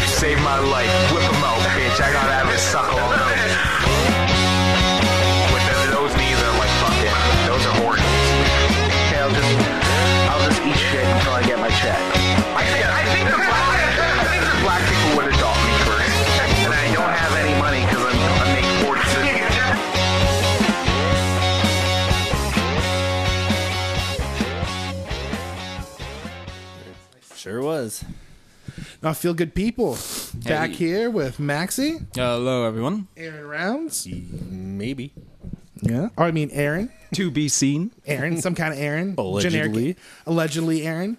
one life. Whip him out, bitch. I gotta have a sucker on those. With the, those knees are like fucking. Those are horns. Okay, I'll just, I'll just eat shit until I get my check. I think, I think the black, I think the black people would adopt me first. And I don't have any money because I'm, I make fortune. Sure was. Not feel good people. Back Hey. here with Maxi, Hello, everyone. Aaron Rounds. Maybe. Yeah. Or I mean Aaron. To be seen. Aaron, some kind of Aaron. Allegedly. allegedly Aaron.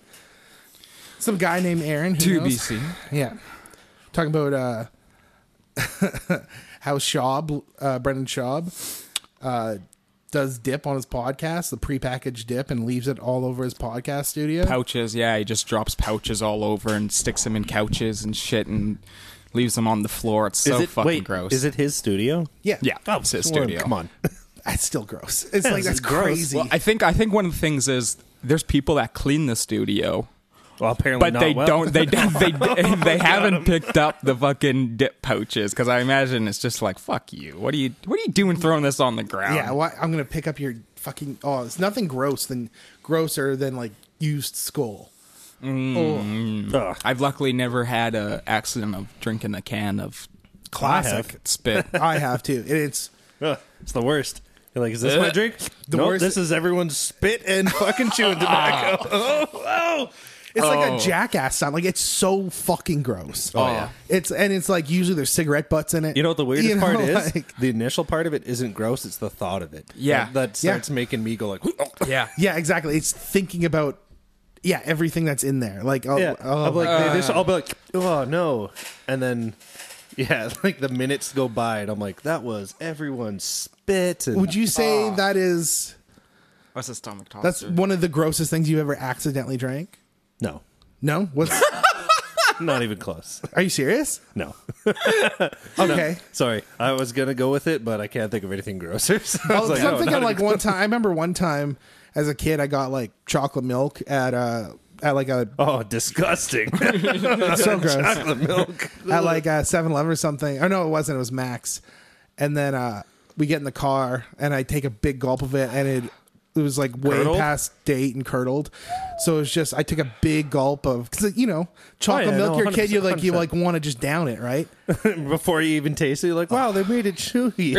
Some guy named Aaron. Who To knows? be seen. Yeah. Talking about uh, how Schaub, uh, Brendan Schaub, uh, does dip on his podcast, the prepackaged dip, and leaves it all over his podcast studio. Pouches. Yeah, he just drops pouches all over and sticks them in couches and shit and leaves them on the floor. It's so fucking wait, gross. Is it his studio? yeah. Yeah, it's his Well, studio. Come on. That's still gross. It's like, This that's is gross. crazy. Well, I think I think one of the things is there's people that clean the studio, Well, apparently but not they well. don't. They don't. They they haven't picked up the fucking dip pouches because I imagine it's just like fuck you. What are you What are you doing throwing this on the ground? Yeah, well, I'm gonna pick up your fucking. Oh, it's nothing gross than grosser than like used skull. Ugh. I've luckily never had a accident of drinking a can of classic spit. I have too. And it's Ugh. It's the worst. You're like, is this Uh, my drink? The The nope, worst- This is everyone's spit and fucking chewing Ah. tobacco. oh, oh. it's like Oh. a jackass sound. Like it's so fucking gross. Oh, yeah. It's and it's like usually there's cigarette butts in it. You know what the weirdest You know, part is? like- the initial part of it isn't gross. It's the thought of it. Yeah. That, that Yeah. starts making me go like, oh, yeah. yeah, exactly. It's thinking about yeah everything that's in there. Like oh, yeah. oh, I'll be like, the initial- I'll be like, oh no, and then yeah, like the minutes go by, and I'm like, that was everyone's spit. And would you say Ah. that is That's a stomach toss. that's one of the grossest things you ever accidentally drank? no, No. What's not even close. are you serious? No, Okay. sorry, I was gonna go with it, but I can't think of anything grosser. So I was Oh, like, 'cause no, I'm thinking not like one time. I remember one time as a kid, I got like chocolate milk at a at like a even- oh, disgusting. so gross Chocolate milk. at like a Seven Eleven or something. Oh no, it wasn't. It was Max. And then uh we get in the car, and I take a big gulp of it, and it it was like way Curdled? past date and curdled. So it's just I took a big gulp of because you know chocolate Oh, yeah, milk. no, you're a kid, you like you 100%. like want to just down it, right? Before you even taste it, you're Oh, like, wow, they made it chewy.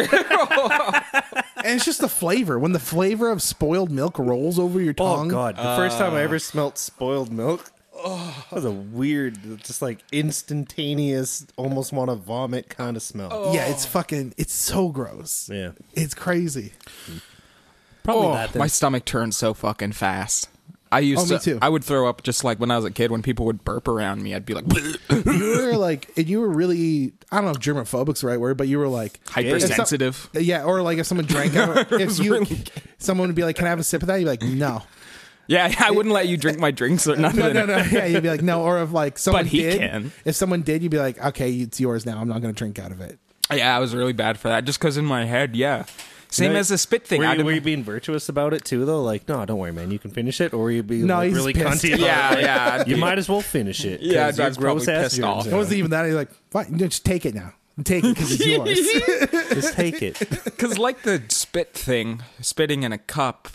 and it's just the flavor when the flavor of spoiled milk rolls over your oh tongue. god, the first time I ever smelt spoiled milk. Oh, that was a weird, just like instantaneous, almost want to vomit kind of smell. Yeah, it's fucking. It's so gross. Yeah. It's crazy. Probably Oh, that then. my stomach turns so fucking fast. I used Oh, to. me too. I would throw up just like when I was a kid. When people would burp around me, I'd be like You were like, and you were really, I don't know if germophobic's the right word, but you were like, hypersensitive. yeah, or like if someone drank out, if you, someone would be like, can I have a sip of that? You'd be like, no. Yeah, I wouldn't let you drink my drinks or nothing. No, no, no. Yeah, you'd be like, no. Or if like someone he did, can. if someone did, you'd be like, okay, it's yours now. I'm not going to drink out of it. Yeah, I was really bad for that. Just because in my head, yeah. Same No, as the spit thing. Were I'd- you, were you being virtuous about it too, though? Like, no, don't worry, man, you can finish it. Or were you be No, like, he's really pissed. cunty? about Yeah, it? Like, yeah, I'd You be- might as well finish it. Yeah, 'cause I you're was probably gross-ass pissed germs off. It in wasn't even that. You're like, fine, just take it now. Take it because it's yours. Just take it. Because like the spit thing, spitting in a cup,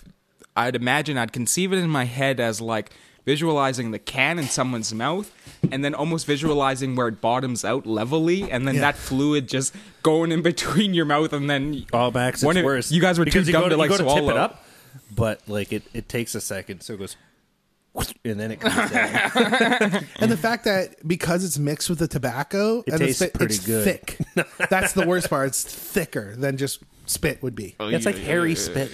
I'd imagine I'd conceive it in my head as like visualizing the can in someone's mouth, and then almost visualizing where it bottoms out levelly, and then that fluid just going in between your mouth, and then Oh, Max, When it's it- worse. You guys were Because too you go dumb to you like go swallow. tip it up, but like it, it takes a second, so it goes, and then it comes down. And the fact that because it's mixed with the tobacco, and the tastes spit, pretty it's good. thick. That's the worst part. It's thicker than just spit would be. Oh, it's like hairy spit.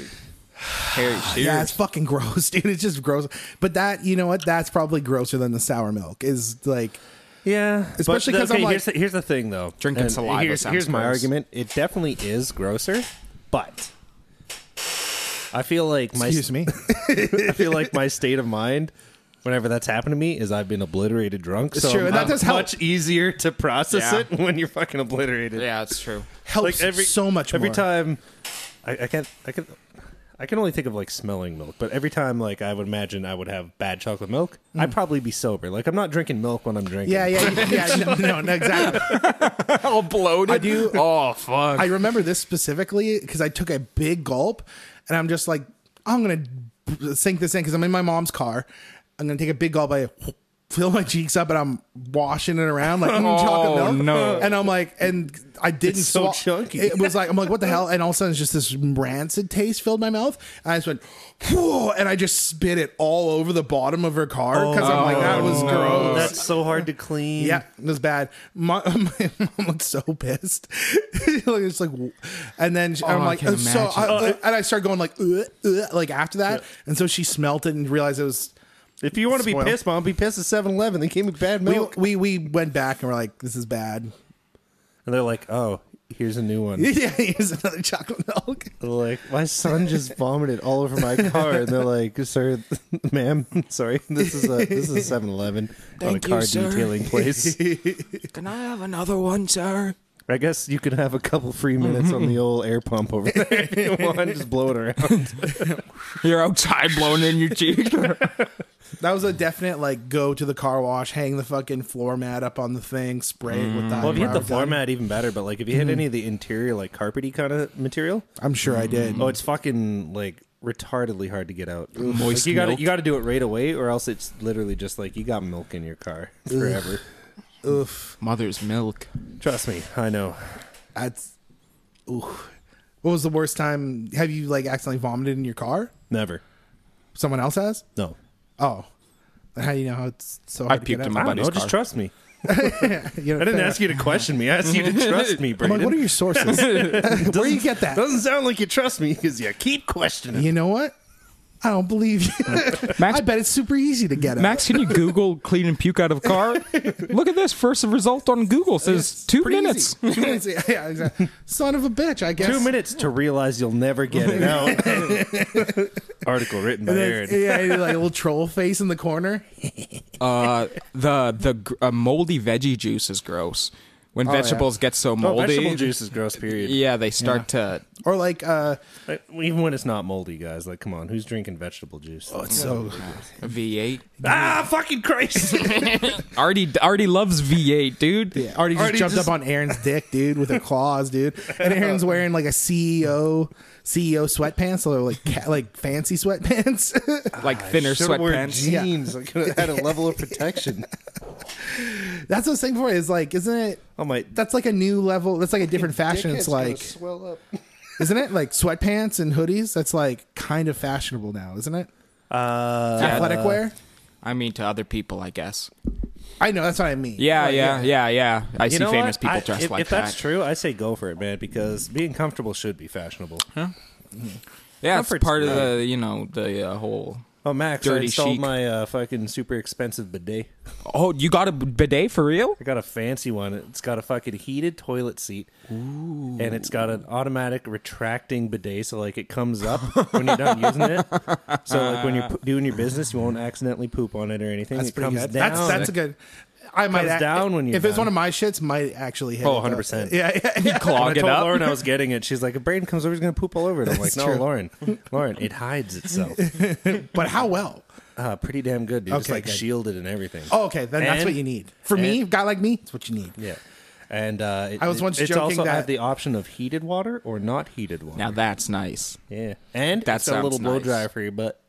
Harry, Yeah, it's fucking gross, dude. It's just gross. But that, you know what? That's probably grosser than the sour milk. Is like, Yeah, Especially But the- 'cause I'm okay, like- here's the, here's the thing though. Drinking saliva Here's, sounds here's my gross. argument. It definitely is grosser, but I feel like my excuse me. I feel like my state of mind. Whenever that's happened to me, is I've been obliterated drunk. so true, I'm, and that I'm does help. much easier to process Yeah. it when you're fucking obliterated. yeah, it's true. Helps so much every more. time. I, I can't. I can. I can only think of like smelling milk, but every time like I would imagine I would have bad chocolate milk, Mm. I'd probably be sober. Like I'm not drinking milk when I'm drinking. Yeah, yeah, yeah. no, no, no, exactly. all bloated. I do- Oh fuck. I remember this specifically because I took a big gulp, and I'm just like, I'm gonna sink this in because I'm in my mom's car. I'm gonna take a big gulp. I fill my cheeks up, and I'm washing it around like mm, chocolate Oh, milk. no. And I'm like, and I didn't It's so swallow- chunky. It was like I'm like, what the hell? And all of a sudden, it's just this rancid taste filled my mouth. And I just went, Whoa, and I just spit it all over the bottom of her car because I'm like, that was gross. Oh, That's so hard to clean. Yeah, it was bad. My, my mom was so pissed. like, it's like, w- and then she, Oh, I'm I like, can "Uh, so I, imagine. uh, and I started going like, "Uh, uh," like after that, and so she smelt it and realized it was. If you want to be Spoil. pissed, mom, be pissed at 7-Eleven. They gave me bad We, milk, we we went back and we're like, this is bad. and they're like, "Oh, here's a new one." Yeah, here's another chocolate milk. They're like my son just vomited all over my car, and they're like, "Sir, ma'am, sorry, this is a this is a 7-Eleven on a Thank you, car sir. detailing place." Can I have another one, sir? I guess you could have a couple free minutes on Mm-hmm. the old air pump over there. if you want, just blow it around. You're outside blowing in your cheek. That was a definite like go to the car wash, hang the fucking floor mat up on the thing, spray it with the. Well, if you hit the eyebrow floor gun. mat, even better. But like, if you Mm-hmm. hit any of the interior, like carpety kind of material, I'm sure I did. oh, it's fucking like retardedly hard to get out. Like, Moist you got milk. you got to do it right away, or else it's literally just like you got milk in your car forever. Oof, Mother's milk. Trust me, I know. that's. Oof. What was the worst time? Have you like accidentally vomited in your car? Never. Someone else has? No. Oh, how do you know how it's so? I Hard to puked get in out? my I don't buddy's know. car. Just trust me. You know, I didn't fair. ask you to question me. I asked you to trust me, I'm Brandon. like, what are your sources? Where do you get that? Doesn't sound like you trust me because you keep questioning. You know what? I don't believe you. Max- I bet it's super easy to get it. Max, can you Google clean and puke out of car? Look at this. First result on Google says two minutes. Two minutes. Yeah, yeah, exactly. Son of a bitch. I guess. Two minutes to realize you'll never get it out. Article written by And Aaron. then- yeah, and like a little troll face in the corner. Uh, the the gr- uh, moldy veggie juice is gross. When vegetables get so oh, moldy, vegetable juice is gross. Period. yeah, they start to. Or like, uh, Like, even when it's not moldy, guys. Like, come on, who's drinking vegetable juice? Oh, it's so V8. ah, fucking Christ! Artie, Artie loves V8, dude. yeah, Artie just Artie jumped just- up on Aaron's dick, dude, with her claws, dude. And Aaron's wearing like a E CEO CEO E sweatpants, so like ca- like fancy sweatpants. Like thinner Should've worn sweatpants. Yeah. jeans. I could have had a level of protection. That's what I was saying before. Is like, isn't it? Oh my. That's like a new level. That's like a different fashion. It's like, swell up. isn't it? Like sweatpants and hoodies. That's like kind of fashionable now, isn't it? Uh, Yeah. Athletic wear. I mean, to other people, I guess. I know. That's what I mean. Yeah, Right, yeah, yeah, yeah. I see know famous what? people I- dressed if, like if that. that's true, I say go for it, man. Because being comfortable should be fashionable. yeah, it's Comfort's part of the you know the uh, whole. Oh, Max, I Dirty installed chic. my uh, fucking super expensive bidet. Oh, you got a b- bidet for real? I got a fancy one. It's got a fucking heated toilet seat, and it's got an automatic retracting bidet, so like it comes up when you're done using it. So like when you're p- doing your business, you won't accidentally poop on it or anything. That's it pretty comes good. down. That's that's a good. I might Comes act- down when you're if it's done. one of my shits, might actually hit. Oh, it, though. 100%. Yeah, yeah, yeah. When I Clog it told up. Lauren I was getting it. She's like, "If Braden comes over, he's gonna poop all over it." I'm like, That's "No, true. Lauren, Lauren, it hides itself. But how well? Uh, pretty damn good, dude. it's Okay, like good. shielded and everything." Oh, okay. Then that's And- what you need. For me, guy like me, it's what you need. yeah. And uh, it- I was once it's joking also I that- have the option of heated water or not heated water. Now that's nice. yeah, and That that's a little sounds blow nice. dryer for your butt.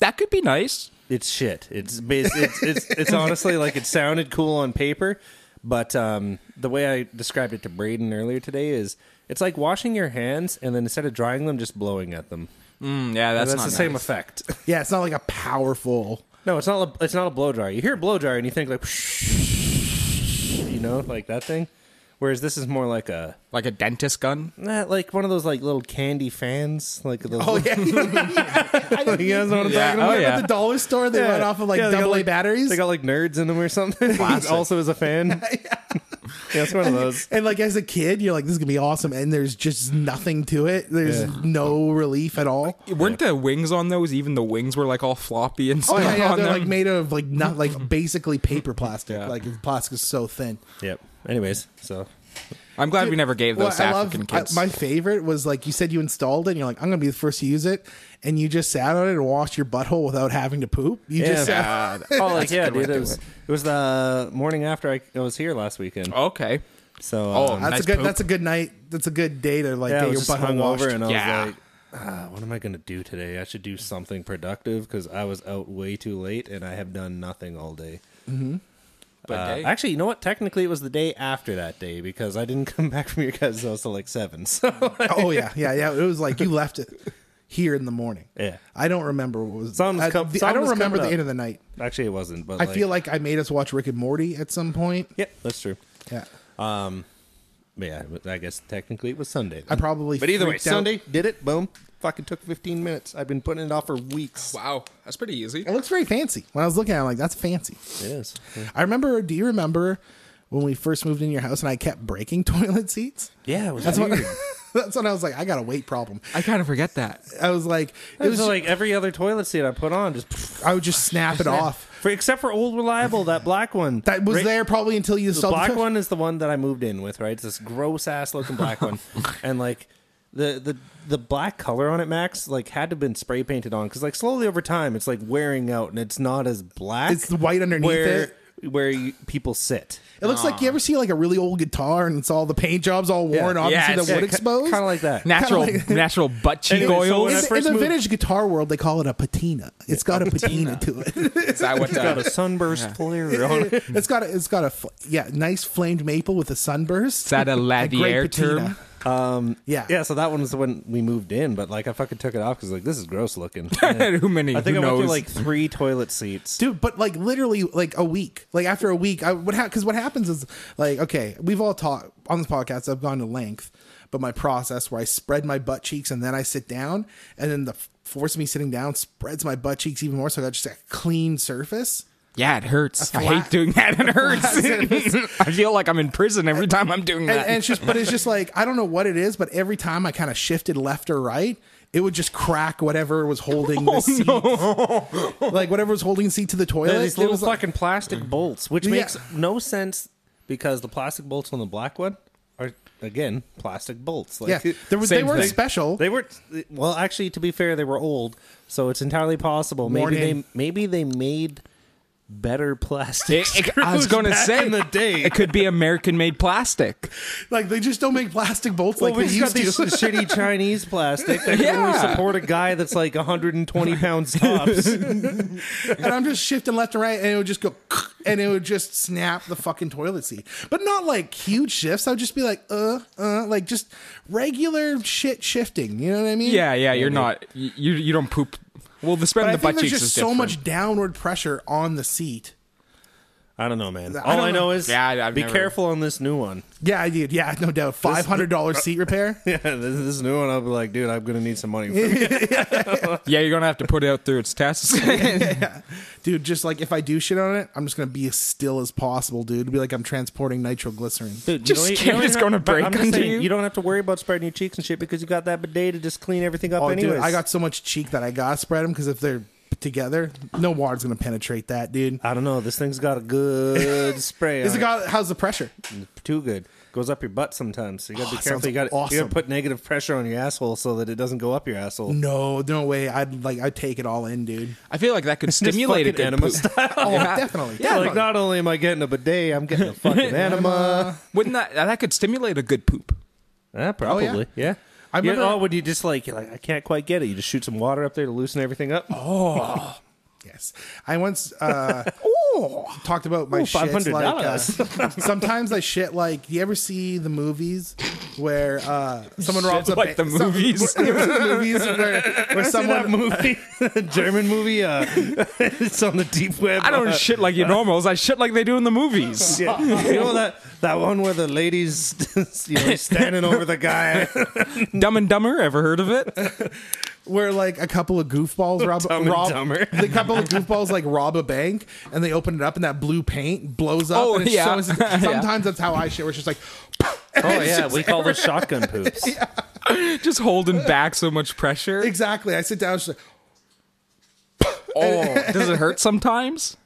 That could be nice. It's shit. It's bas- it's it's, it's honestly like it sounded cool on paper, but um, the way I described it to Braden earlier today is it's like washing your hands and then instead of drying them, just blowing at them. Mm, yeah, that's, That's, not the nice. same effect. Yeah, it's not like a powerful. No, it's not. A, it's not a blow dryer. You hear a blow dryer and you think like, you know, like that thing. Whereas this is more like a Like a dentist gun. nah, like one of those like little candy fans, like those. Oh yeah, I didn't you guys know what I'm Yeah, talking oh about? yeah. At the dollar store, they run off of like Yeah, they got, double A like- batteries. They got like nerds in them or something. Classic. also is a fan. yeah. it's one of those. And like as a kid, you're like, this is gonna be awesome, and there's just nothing to it. There's Yeah. no relief at all. Weren't the wings on those? Even the wings were like all floppy and Oh stuff yeah, yeah, on they're them. like made of like not like basically paper plastic. Yeah. Like the plastic is so thin. Yep. Anyways, so I'm glad we never gave those Well, I love- African I- kids. my favorite was like you said you installed it and you're like, I'm gonna be the first to use it and you just sat on it and washed your butthole without having to poop. You just sat yeah. oh, like, yeah, good way dude. to It do was, it. it was the morning after I, I was here last weekend. Oh. okay. So Oh, um, That's Nice a good poop. that's a good night. That's a good day to like yeah, I get your was just butthole hung washed. over, and I Yeah. was like, ah, "What am I going to do today? I should do something productive because I was out way too late and I have done nothing all day." But Uh, hey, actually, you know what? Technically, it was the day after that day because I didn't come back from your guys' house till like seven. So oh yeah, yeah, yeah. It was like you left it here in the morning. Yeah. I don't remember what was. Something's I, come- the- I something's don't remember coming the up. end of the night. actually, it wasn't. But I feel like I made us watch Rick and Morty at some point. yeah, that's true. Yeah, But yeah, I guess technically it was Sunday. I probably. But either way, freaked out. Sunday did it. Boom. Fucking took 15 minutes. I've been putting it off for weeks. wow, that's pretty easy. It looks very fancy. When I was looking at, it, I'm like, that's fancy. It is. I remember. Do you remember when we first moved in your house and I kept breaking toilet seats? Yeah, it was That's what. that's when I was like, I got a weight problem. I kind of forget that. I was like, it It was was. like every other toilet seat I put on, just I would just snap it off. for, except for old reliable, that black one That was Right- there probably until you The saw black one is the one that I moved in with, right? It's this gross ass looking black one, and like the the the black color on it, Max, like had to have been spray painted on because like slowly over time, it's like wearing out and it's not as black. It's the white underneath where, where you, people sit. It looks like you ever see like a really old guitar and it's all the paint jobs all worn off. Yeah, Yeah, you it's see the wood like- exposed. Kind of like that. Natural, Kinda like- natural butt cheek Anyway, so oil. when I in, the- in first the moved- vintage guitar world, they call it a patina. It's got a patina to it. Is that what got a the, sunburst flare on it. it's got a, it's got a fl- yeah, nice flamed maple with a sunburst. is that a ladier great patina. term? Um, Yeah, Yeah, so that one was when we moved in, but like I fucking took it off because like this is gross looking. And Who many- I think who I went knows? through like three toilet seats. dude. But like literally, like a week. Like after a week, I what because what happens is like okay, we've all talked on this podcast. I've gone to length, but my process where I spread my butt cheeks and then I sit down, and then the f- force of me sitting down spreads my butt cheeks even more, so I got just a clean surface. Yeah, it hurts. I flat- hate doing that. It hurts. I feel like I'm in prison every time I'm doing and, that. and it's just but it's just like I don't know what it is, but every time I kind of shifted left or right, it would just crack whatever was holding Oh, the seat, like whatever was holding the seat to the toilet. They're these it little was like- fucking plastic bolts, which Yeah. makes no sense because the plastic bolts on the black one are again plastic bolts. Like, yeah, there was, they Same weren't thing. special. They were well, actually, to be fair, they were old, so it's entirely possible. Worn Maybe in. they maybe they made better plastic. It- it- I was screws going to back say in the day, it could be American-made plastic. like they just don't make plastic bolts Well, like we they just got used these to. shitty Chinese plastic that Yeah. can only support a guy that's like 120 pounds tops. and I'm just shifting left and right, and it would just go, and it would just snap the fucking toilet seat. But not like huge shifts. I would just be like, uh, uh, like just regular shit shifting. You know what I mean? Yeah, yeah. You're not. You you you don't poop. Well, the spread But of I the think butt there's cheeks just is so different. much downward pressure on the seat. I don't know, man. All I I, don't know know. is Yeah, I- I've be never- careful on this new one. Yeah, I did. Yeah, no doubt. Five hundred dollars seat repair. uh, Yeah, this, this new one, I'll be like, dude, I'm gonna need some money. For it. Yeah, you're gonna have to put it out through its tests. dude. Just like if I do shit on it, I'm just gonna be as still as possible, dude. Be like I'm transporting nitroglycerin. Dude, Just scared it's even gonna have- but break I'm just under saying, you. You don't have to worry about spreading your cheeks and shit because you got that bidet to just clean everything up. Oh, anyways, dude, I got so much cheek that I gotta spread them because if they're together, no water's gonna penetrate that, dude. I don't know. This thing's got a good spray. Is on it got? How's the pressure? too good? Goes up your butt sometimes. So you gotta Oh, be it careful. sounds You gotta, you awesome. gotta put negative pressure on your asshole so that it doesn't go up your asshole. No, no way. I'd like I'd take it all in, dude. I feel like that could stimulate a fucking good enema poop. Oh, Yeah. definitely. Yeah, like definitely. not only am I getting a bidet, I'm getting a fucking enema. Wouldn't that that could stimulate a good poop? yeah, probably. Oh, yeah. yeah. I You- remember- oh, when you just like, you're like, I can't quite get it. You just shoot some water up there to loosen everything up. Oh, Yes, I once uh, talked about my Ooh, shit. Like, uh, $500. sometimes I shit like. You ever see the movies where uh, someone robs a like ba- the some- movies. you ever see the movies where, where that someone movie, the German movie. Uh, it's on the deep web. I don't Uh, shit like your normals. I shit like they do in the movies. yeah. You know that that one where the lady's you know standing over the guy. Dumb and Dumber. Ever heard of it? where like a couple of goofballs rob, Dumb and rob Dumber. the couple of goofballs like rob a bank and they open it up and that blue paint blows up. Oh, and it's yeah. so- Yeah. sometimes that's how I shit. Where it's just like Oh yeah, we call those shotgun poops. Just holding back so much pressure. exactly. I sit down. She's like, Oh, does it hurt sometimes?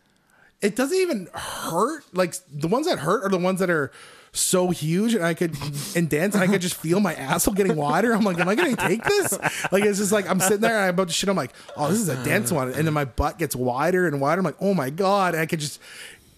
it doesn't even hurt. Like the ones that hurt are the ones that are so huge and I could and dense and I could just feel my asshole getting wider. I'm like, am I gonna take this? Like it's just like I'm sitting there and I'm about to shit. I'm like, oh, this is a dense one. And then my butt gets wider and wider. I'm like, oh my god. And I could just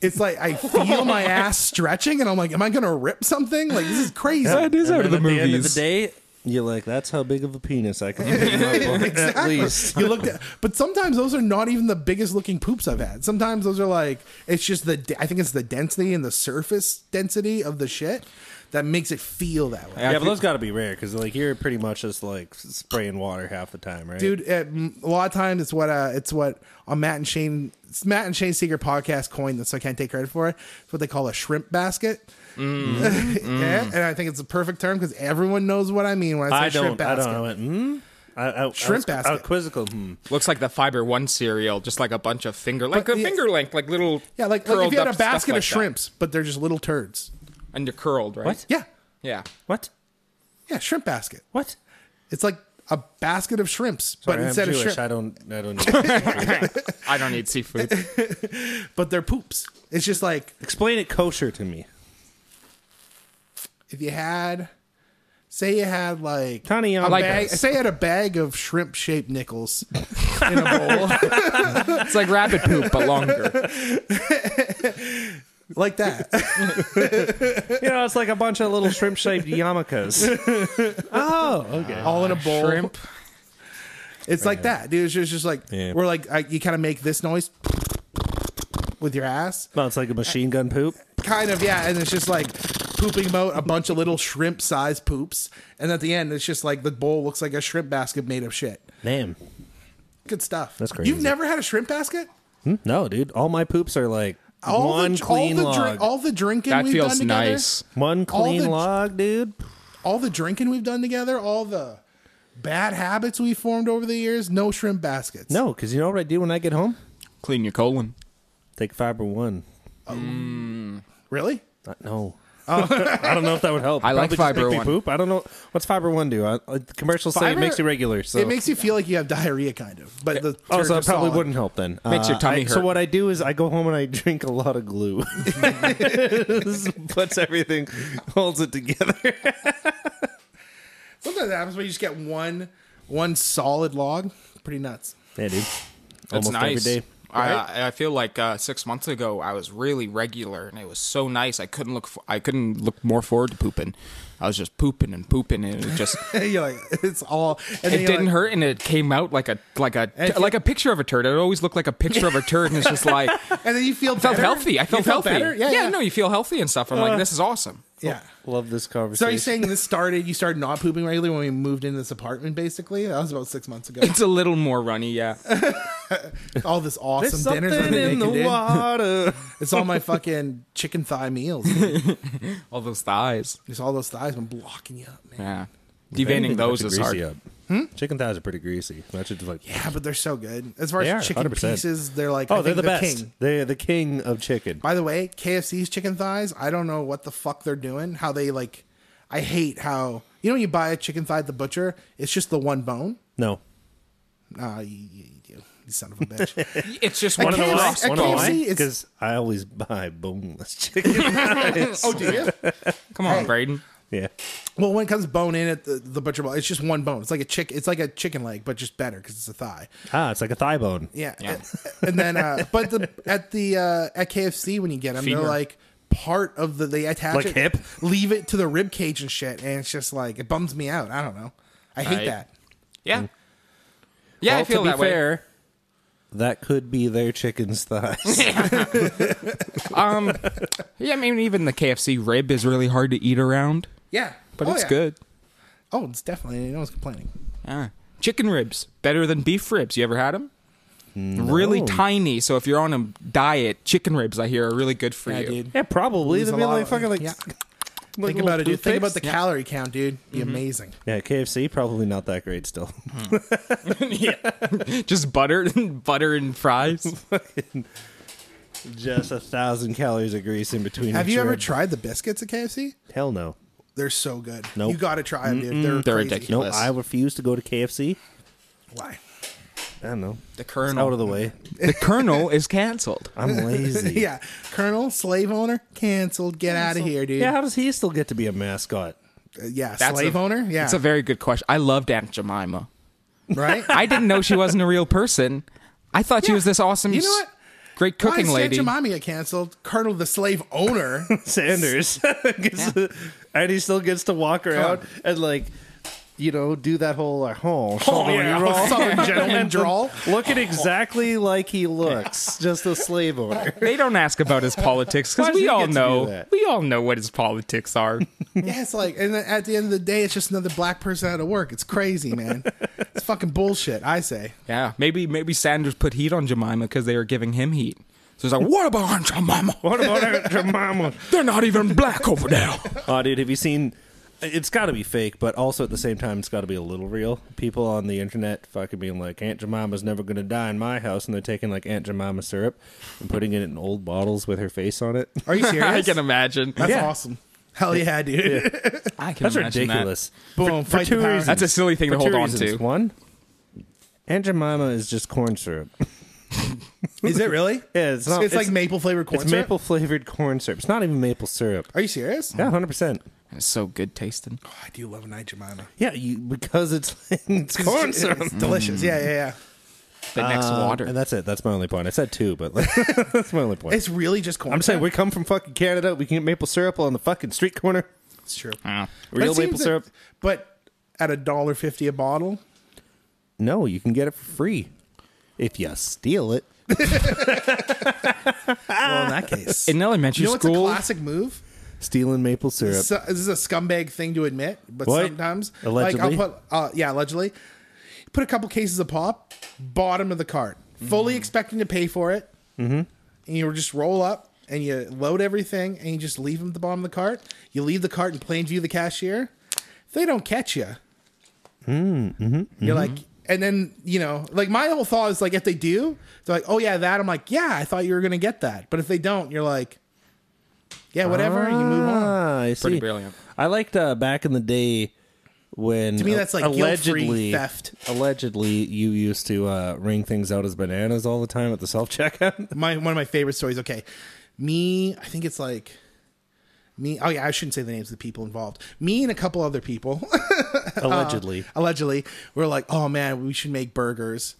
it's like I feel my ass stretching and I'm like, am I gonna rip something? Like this is crazy. That is out of the at the end of the movies. day, you're like, that's how big of a penis I can have. At exactly. least. You looked at, but sometimes those are not even the biggest looking poops I've had. Sometimes those are like it's just the I think it's the density and the surface density of the shit that makes it feel that way. Yeah, I but those got to be rare because like you're pretty much just like spraying water half the time, right? Dude, it, mm, a lot of times it's what uh, it's what on Matt and Shane it's Matt and Shane's secret podcast coined this, so I can't take credit for it. It's what they call a shrimp basket. Mm. yeah, and I think it's a perfect term because everyone knows what I mean when I I say shrimp don't. I basket. don't. I went. Hmm. I, I, I Shrimp was, I was basket. quizzical. Hmm. Looks like the Fiber One cereal, just like a bunch of finger, like But, a yeah. finger length, like little Yeah, like, like if curled you had up a stuff basket like of that. shrimps, but they're just little turds. and you're curled, right? What? Yeah, Yeah. What? yeah, shrimp basket. What? It's like a basket of shrimps, Sorry, but I'm instead of Jewish, shrimp, I don't. I don't. Know. I don't need seafood. but they're poops. It's just like Explain it kosher to me. if you had, say you had like Tiny um, a on like bag, us. say you had a bag of shrimp shaped nickels in a bowl it's like rabbit poop, but longer. like that. Ah, You know, it's like a bunch of little shrimp-shaped yarmulkes. oh, okay. all in a bowl. Shrimp. It's like that, dude. It's just, just like Yeah. we're like I, you kind of make this noise with your ass, Well, it's like a machine gun poop. kind of yeah, and it's just like pooping out a bunch of little shrimp sized poops, and at the end it's just like the bowl looks like a shrimp basket made of shit. Damn. Good stuff. That's You've crazy. never had a shrimp basket? Hmm? No, dude. All my poops are like All one the clean all the, log. drink, all the drinking That we've done feels together, nice. one all clean the- log, dude. all the drinking we've done together, all the bad habits we formed over the years. No shrimp baskets. No, because you know what I do when I get home? Clean your colon. Take fiber one. really. Uh, no. Oh, I don't know if that would help. I like Probably just Fiber make me One. Poop. I don't know what's Fiber One do. I, uh, the commercials say Fiber- it makes you regular. So It makes you feel like you have diarrhea, kind of. But the turds also are it probably solid. wouldn't help then. Uh, Makes your tummy I- So hurt. what I do is I go home and I drink a lot of glue. This puts everything, holds it together. Sometimes that happens, but you just get one one solid log. Pretty nuts. Yeah, dude. That's Almost nice. every day. I, I feel like uh, six months ago I was really regular and it was so nice. I couldn't look. For, I couldn't look more forward to pooping. I was just pooping and pooping and it just you're like it's all. And then it you're didn't like, hurt and it came out like a like a And if like a picture of a turd. It always looked like a picture of a turd and it's just like I And then you feel felt better. healthy. I You felt, felt healthy. better? Yeah, yeah. Uh. no, you feel healthy and stuff. I'm like, this is awesome. Yeah. Love this So conversation. are you saying this started? You started not pooping regularly when we moved into this apartment. Basically, that was about six months ago. It's a little more runny, yeah. all this awesome There's dinners I've something been in the making, dude. water. It's all my fucking chicken thigh meals. All those thighs, It's all those thighs. I'm blocking you up, man. yeah. Deveining those is hard. Chicken thighs are pretty greasy. That should like. Yeah, but they're so good. As far They as are, chicken 100%. pieces, they're like I Oh, they're think the best. King. They're the king of chicken. By the way, KFC's chicken thighs. I don't know what the fuck they're doing. How they like? I hate how you know when you buy a chicken thigh at the butcher. It's just the one bone. No. Nah, you, you, you do. You son of a bitch. It's just one of can't- those. Why? I- I Wanna know can't why? see- it's- Because I always buy boneless chicken thighs. oh, do you? Come on, Hey. Braden. yeah. Well, when it comes bone in at the, the butcher, it's just one bone. It's like a chick. It's like a chicken leg, but just better because it's a thigh. Ah, it's like a thigh bone. Yeah. Yeah. And then, uh, but the at the uh, at KFC when you get them, Femur. they're like part of the they attach Like it, hip? leave it to the rib cage and shit, and it's just like it bums me out. I don't know. I hate Right. that. Mm. Yeah. Yeah, I Well, feel to be that way. fair, that could be their chicken's thighs. Um, yeah, I mean, even the KFC rib is really hard to eat around, Yeah, but Oh, it's yeah. good. Oh, it's definitely no one's complaining. Yeah. Chicken ribs, better than beef ribs. You ever had them? Really tiny. So if you're on a diet, chicken ribs, I hear, are really good for you. yeah, probably. Lose They'd a be lot like of- fucking like. yeah. like Think little about it, dude. Think about toothpicks. the calorie count, dude. Be Mm-hmm. amazing. Yeah, KFC probably not that great still. Just butter, butter and fries. Just a thousand calories of grease in between. Have each you ever rib. tried the biscuits at KFC? Hell no. They're so good. No, Nope. You got to try them, dude. They're, They're crazy. ridiculous. No, Yes. I refuse to go to KFC Why? I don't know. The It's colonel. out of the way. the colonel is canceled. I'm lazy. yeah, Colonel, slave owner, canceled. Get out of here, dude. Yeah, how does he still get to be a mascot? Uh, yeah That's slave a- owner. Yeah, It's a very good question. I loved Aunt Jemima. right. I didn't know she wasn't a real person. I thought she Yeah. was this awesome, You know what? great cooking Why lady. Did Jemima get canceled? Colonel, the slave owner. Sanders. Gets to- and he still gets to walk around and like you know, do that whole like, oh, southern yeah, drawl. southern gentleman drawl. Looking exactly like he looks, just a slave owner. They don't ask about his politics Why because does he we all get to do know that? we all know what his politics are. yeah, it's like, and then at the end of the day, it's just another black person out of work. It's crazy, man. it's fucking bullshit. I say. yeah, maybe maybe Sanders put heat on Jemima because they were giving him heat. So he's like, "What about Aunt Jemima? What about Aunt Jemima? They're not even black over there." Oh, dude, have you seen? It's got to be fake, but also at the same time, it's got to be a little real. People on the internet fucking being like, "Aunt Jemima's never gonna die in my house," and they're taking like Aunt Jemima syrup and putting it in old bottles with her face on it. Are you serious? I can imagine. That's Yeah. awesome. Hell yeah, dude. I can That's imagine that. ridiculous. Boom. For fight two the power. reasons. That's a silly thing For to hold two on reasons. to. One, Aunt Jemima is just corn syrup. Is it really? Yeah, it's not. It's, like maple flavored corn It's syrup? maple flavored corn syrup. It's not even maple syrup. Are you serious? Yeah, hundred percent. It's so good tasting. Oh, I do love an Aunt Jemima. Yeah, you because it's it's corn It's- syrup. It's delicious. Yeah, yeah, yeah. The next Um, water. and that's it. That's my only point. I said two, but like, that's my only point. It's really just corn. I'm just saying syrup. we come from fucking Canada. We can get maple syrup on the fucking street corner. it's true. Yeah. But it Real seems maple that- syrup. But at a dollar fifty a bottle, No, you can get it for free if you steal it. well, in Ah! that case, In elementary you know what's a school, classic move? Stealing maple syrup. So, this is a scumbag thing to admit, but What? sometimes, Allegedly? like I'll put, uh, yeah, allegedly, put a couple cases of pop, bottom of the cart, fully expecting to pay for it, mm-hmm. and you just roll up and you load everything and you just leave them at the bottom of the cart. You leave the cart in plain view of the cashier. If they don't catch you, Mm, mm-hmm, you're like, and then you know, like my whole thought is like, if they do, they're like, oh yeah, that. I'm like, yeah, I thought you were gonna get that, but if they don't, you're like, yeah, whatever, and you move on. Ah, I see. Pretty brilliant. I liked uh, back in the day when to me, that's like guilt-free theft. Allegedly, you used to uh, ring things out as bananas all the time at the self checkout. my one of my favorite stories. Okay, me, I think it's like me. Oh yeah, I shouldn't say the names of the people involved. Me and a couple other people, allegedly, allegedly, were like, "Oh man, we should make burgers."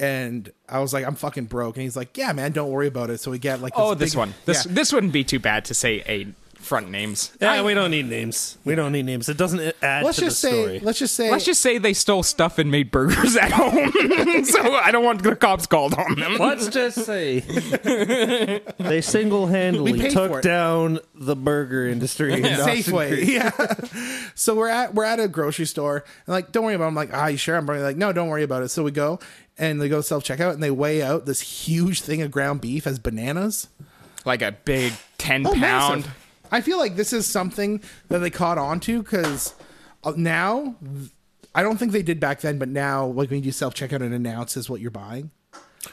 And I was like, "I'm fucking broke," and he's like, "Yeah, man, don't worry about it." So we get like, oh, this big- one. This yeah. this wouldn't be too bad to say a front names. yeah, we don't need names. We don't need names. It doesn't add Let's to just the say, story. let's just say, Let's just say they stole stuff and made burgers at home. so I don't want the cops called on them. Let's just say they single We handedly paid for took it. down the burger industry. in Dawson Safeway. Creek. Yeah. so we're at we're at a grocery store and like, don't worry about it. I'm like, ah, you sure? I'm probably like, no, don't worry about it. So we go and they go self checkout and they weigh out this huge thing of ground beef as bananas. like a big ten pound. Oh, massive. I feel like this is something that they caught on to because now I don't think they did back then, but now like when you do self checkout it announces what you're buying.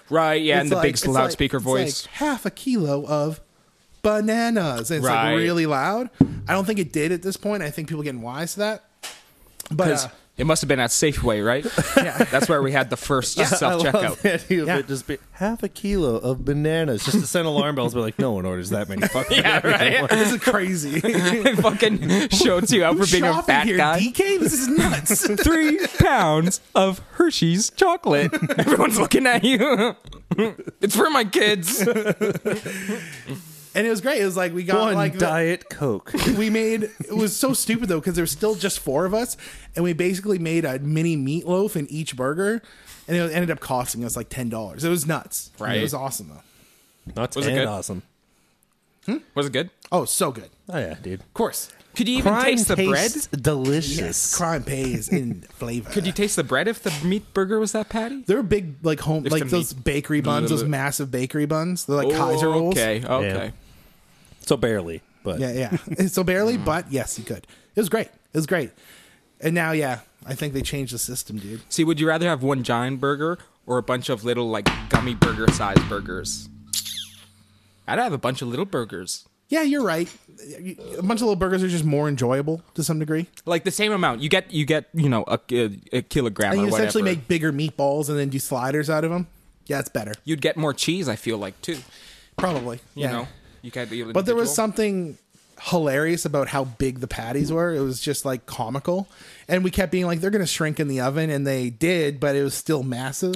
Right, yeah, It's and the like- it's big loudspeaker like, voice. It's like half a kilo of bananas. And it's Right. like really loud. I don't think it did at this point. I think people are getting wise to that. But Because uh, it must have been at Safeway, right? yeah. That's where we had the first self I love checkout. the idea of Yeah. it just be half a kilo of bananas just to send alarm bells. But like, no one orders that many fucking Yeah, bananas. right. this is crazy. It fucking showed you out for being a Shopping fat here, guy. DK, this is nuts. Three pounds of Hershey's chocolate. Everyone's looking at you. it's for my kids. and it was great. It was like we got One like the- diet coke. we made it was so stupid though because there was still just four of us and we basically made a mini meatloaf in each burger and it ended up costing us like ten dollars it was nuts Right. it was awesome though That's Was it good? awesome. Was it good? oh so good of Oh yeah, dude. course Could you even taste the bread? bread. Delicious. crime pays in flavor Could you taste the bread if the meat burger was that patty? they're big like home Just like a those meat- bakery buns those Ugh. massive bakery buns they're like kaiser rolls Okay, okay. So barely, but yeah yeah so barely Mm. but yes you could it was great it was great and now yeah i think they changed the system dude See, would you rather have one giant burger or a bunch of little, like, gummy burger sized burgers? I'd have a bunch of little burgers. yeah, you're right. A bunch of little burgers are just more enjoyable to some degree. Like the same amount. You get you get you know a, a, a kilogram And or you essentially whatever. make bigger meatballs and then do sliders out of them. Yeah, it's better. You'd get more cheese. I feel like too. You Probably. yeah. know. You get the But there was individual. something hilarious about how big the patties were. It was just like comical. And we kept being like, they're going to shrink in the oven. And they did, but it was still massive.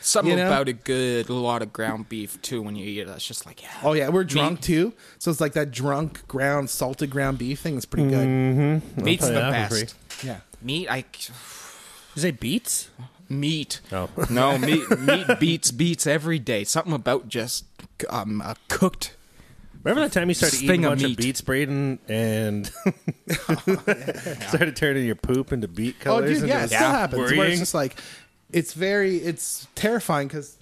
something you know? about a good lot of ground beef too when you eat it. It's just like yeah. Oh, yeah. We're drunk too. So it's like that drunk ground, salted ground beef thing is pretty good. Meat's the I'll tell you that for best. Yeah. Meat, I You say beets? meat. Oh. no, meat meat beats beats every day. Something about just um uh, cooked. Remember that time you started Thing eating a of bunch of meat. beets, Braden, and started turning your poop into beet colors? Oh, dude, and yeah, it it was still happens. Where worrying? it's just like, it's very, it's terrifying because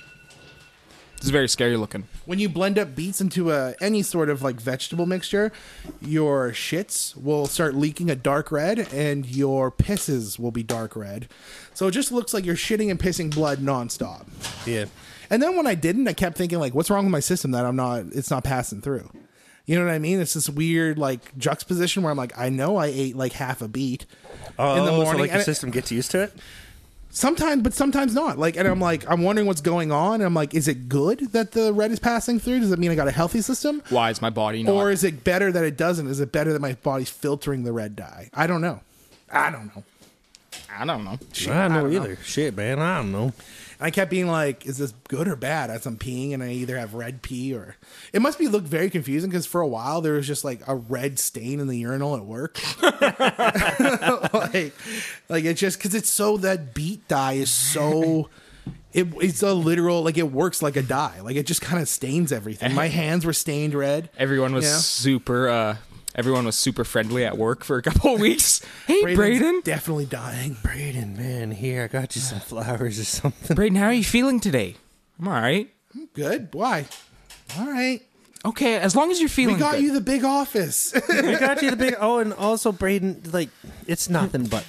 It's very scary looking. when you blend up beets into a any sort of like vegetable mixture, your shits will start leaking a dark red, and your pisses will be dark red. So it just looks like you're shitting and pissing blood nonstop. yeah. And then when I didn't, I kept thinking like, what's wrong with my system that I'm not? It's not passing through. You know what I mean? It's this weird like juxtaposition where I'm like, I know I ate like half a beet Oh, in the so morning. like and your it- system gets used to it. sometimes but sometimes not like and i'm like i'm wondering what's going on and i'm like is it good that the red is passing through does that mean i got a healthy system Why is my body not? or is it better that it doesn't is it better that my body's filtering the red dye i don't know i don't know I don't know. I don't know either. Shit, man, I don't know. and i kept being like is this good or bad as i'm peeing and i either have red pee or it must be look very confusing because for a while there was just like a red stain in the urinal at work like, like it's just because it's so that beet dye is so. It, it's a literal like it works like a dye like it just kind of stains everything. My hands were stained red. Everyone was you know? super. uh Everyone was super friendly at work for a couple of weeks. Hey, Brayden's Braden. definitely dying. Braden, man, here I got you some flowers or something. Braden, how are you feeling today? I'm all right. Good. Why? All right, Okay, as long as you're we feeling got good. you the big office. we got you the big. Oh, and also Braden, like it's nothing but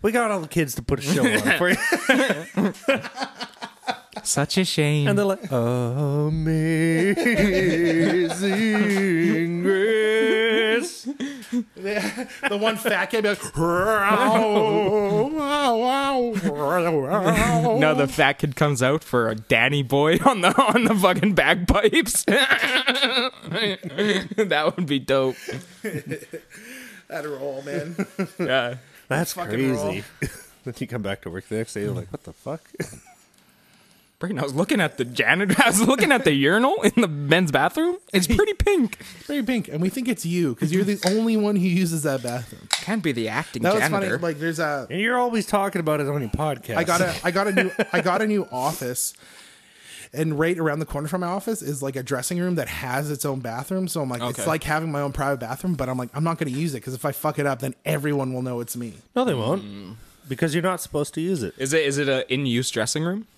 we got all the kids to put a show on for you. Such a shame. And they're like, amazing grace. the the one fat kid be like, "Wow, wow, wow, wow." no, the fat kid comes out for a Danny boy on the on the fucking bagpipes. that would be dope. that roll, man. Yeah. That's Fucking crazy. then you come back to work the next day, you're like, what the fuck? Braden, I was looking at the janitor. I was looking at the urinal in the men's bathroom. It's pretty pink. Very pink, and we think it's you because you're the only one who uses that bathroom. Can't be the acting That was funny. janitor. Like, there's a And you're always talking about it on your podcast. I got a I got a new I got a new office. And right around the corner from my office is like a dressing room that has its own bathroom. So I'm like, Okay. it's like having my own private bathroom, but I'm like, I'm not going to use it because if I fuck it up, then everyone will know it's me. No, they won't. Mm. Because you're not supposed to use it. is it is it a in use dressing room?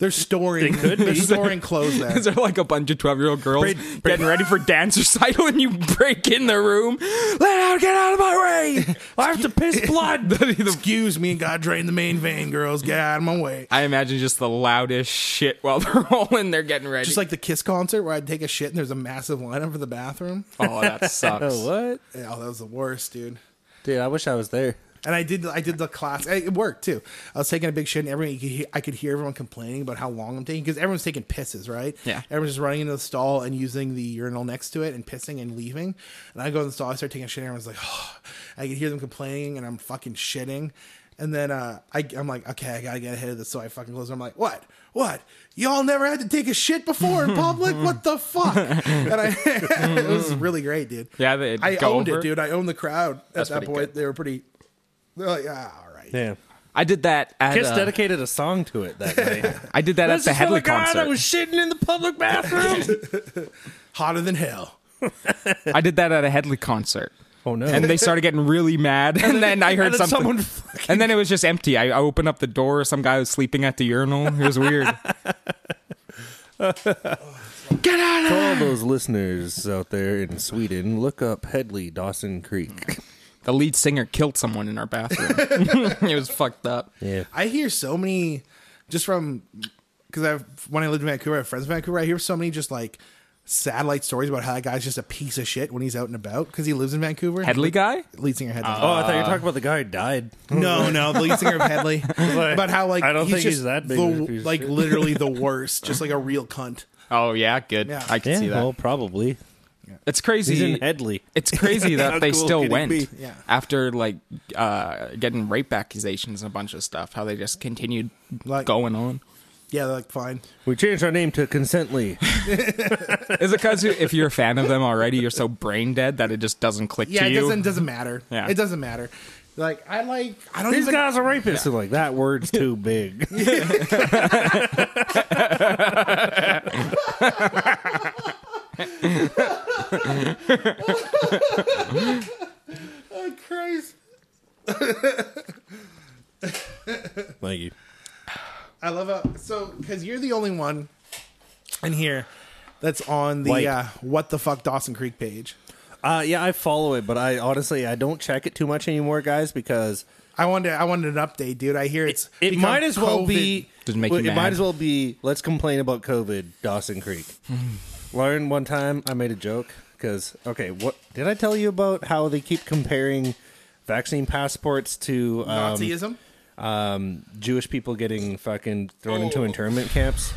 They're storing, they are storing clothes there. Is there like a bunch of 12 year old girls Braid- braid- getting ready for dance recital and you break in the room? Let out, get out of my way! I have to piss blood! The- the- Excuse me, God drain the main vein, girls. Get out of my way. I imagine just the loudest shit while they're all in there getting ready. Just like the Kiss concert where I'd take a shit and there's a massive lineup for the bathroom. oh, that sucks. what? Yeah, oh, that was the worst, dude. Dude, I wish I was there. And I did. I did the class. I- It worked too. I was taking a big shit, and everyone you could hear, I could hear everyone complaining about how long I'm taking because everyone's taking pisses, right? Yeah. Everyone's just running into the stall and using the urinal next to it and pissing and leaving. And I go in the stall. I start taking a shit. And everyone's like, I could hear them complaining, and I'm fucking shitting. And then uh, I, I'm like, okay, I gotta get ahead of this. So I fucking close. I'm like, what? What? Y'all never had to take a shit before in public? what the fuck? And I, it was really great, dude. Yeah, they'd I go owned over it. it, dude. I owned the crowd That's at that pretty point. good. They were pretty. They're like, ah, all right. Yeah. I did that at, Kiss uh, dedicated a song to it that night. I did that at That's the Headley concert. shitting in the public bathroom. Hotter than hell. I did that at a Headley concert. oh no! And they started getting really mad, and then I heard and then something. someone fucking- and then it was just empty. I, I opened up the door. Some guy was sleeping at the urinal. It was weird. Get out of For all those listeners out there in Sweden, look up Headley Dawson Creek. The lead singer killed someone in our bathroom. it was fucked up. Yeah, I hear so many just from because I've when I lived in Vancouver, I have friends in Vancouver. I hear so many just like satellite stories about how that guy's just a piece of shit when he's out and about because he lives in Vancouver. Headley guy? lead singer of Headley. Oh, I thought you were talking about the guy who died. No, no, the lead singer of Headley. but how like I don't he's think just he's that big of the, a piece of like shit. literally the worst, just like a real cunt. Oh yeah, good. Yeah. I can Yeah, see that. well, probably. it's He's crazy. in Headley. It's crazy How that they cool still could he went be? Yeah. after like uh, getting rape accusations and a bunch of stuff. How they just continued Like- going on. Yeah, they're, like fine. We changed our name to Consently. Is it because if you're a fan of them already, you're so brain dead that it just doesn't click Yeah, to it you? doesn't doesn't matter. Yeah. It doesn't matter. Like I like I don't These even guys are rapists. And like that word's too big. Oh, Christ. Thank you. I love a so because you're the only one in here that's on the White. uh, what the fuck Dawson Creek page. Uh, yeah, I follow it, but I honestly I don't check it too much anymore, guys, because I wanted I wanted an update, dude. I hear it's it become might as well COVID. be. Does it make well, you it mad? might as well be. Let's complain about COVID, Dawson Creek. Lauren, one time I made a joke because okay, what did I tell you about how they keep comparing vaccine passports to um, Nazism. um, Jewish people getting fucking thrown into internment camps?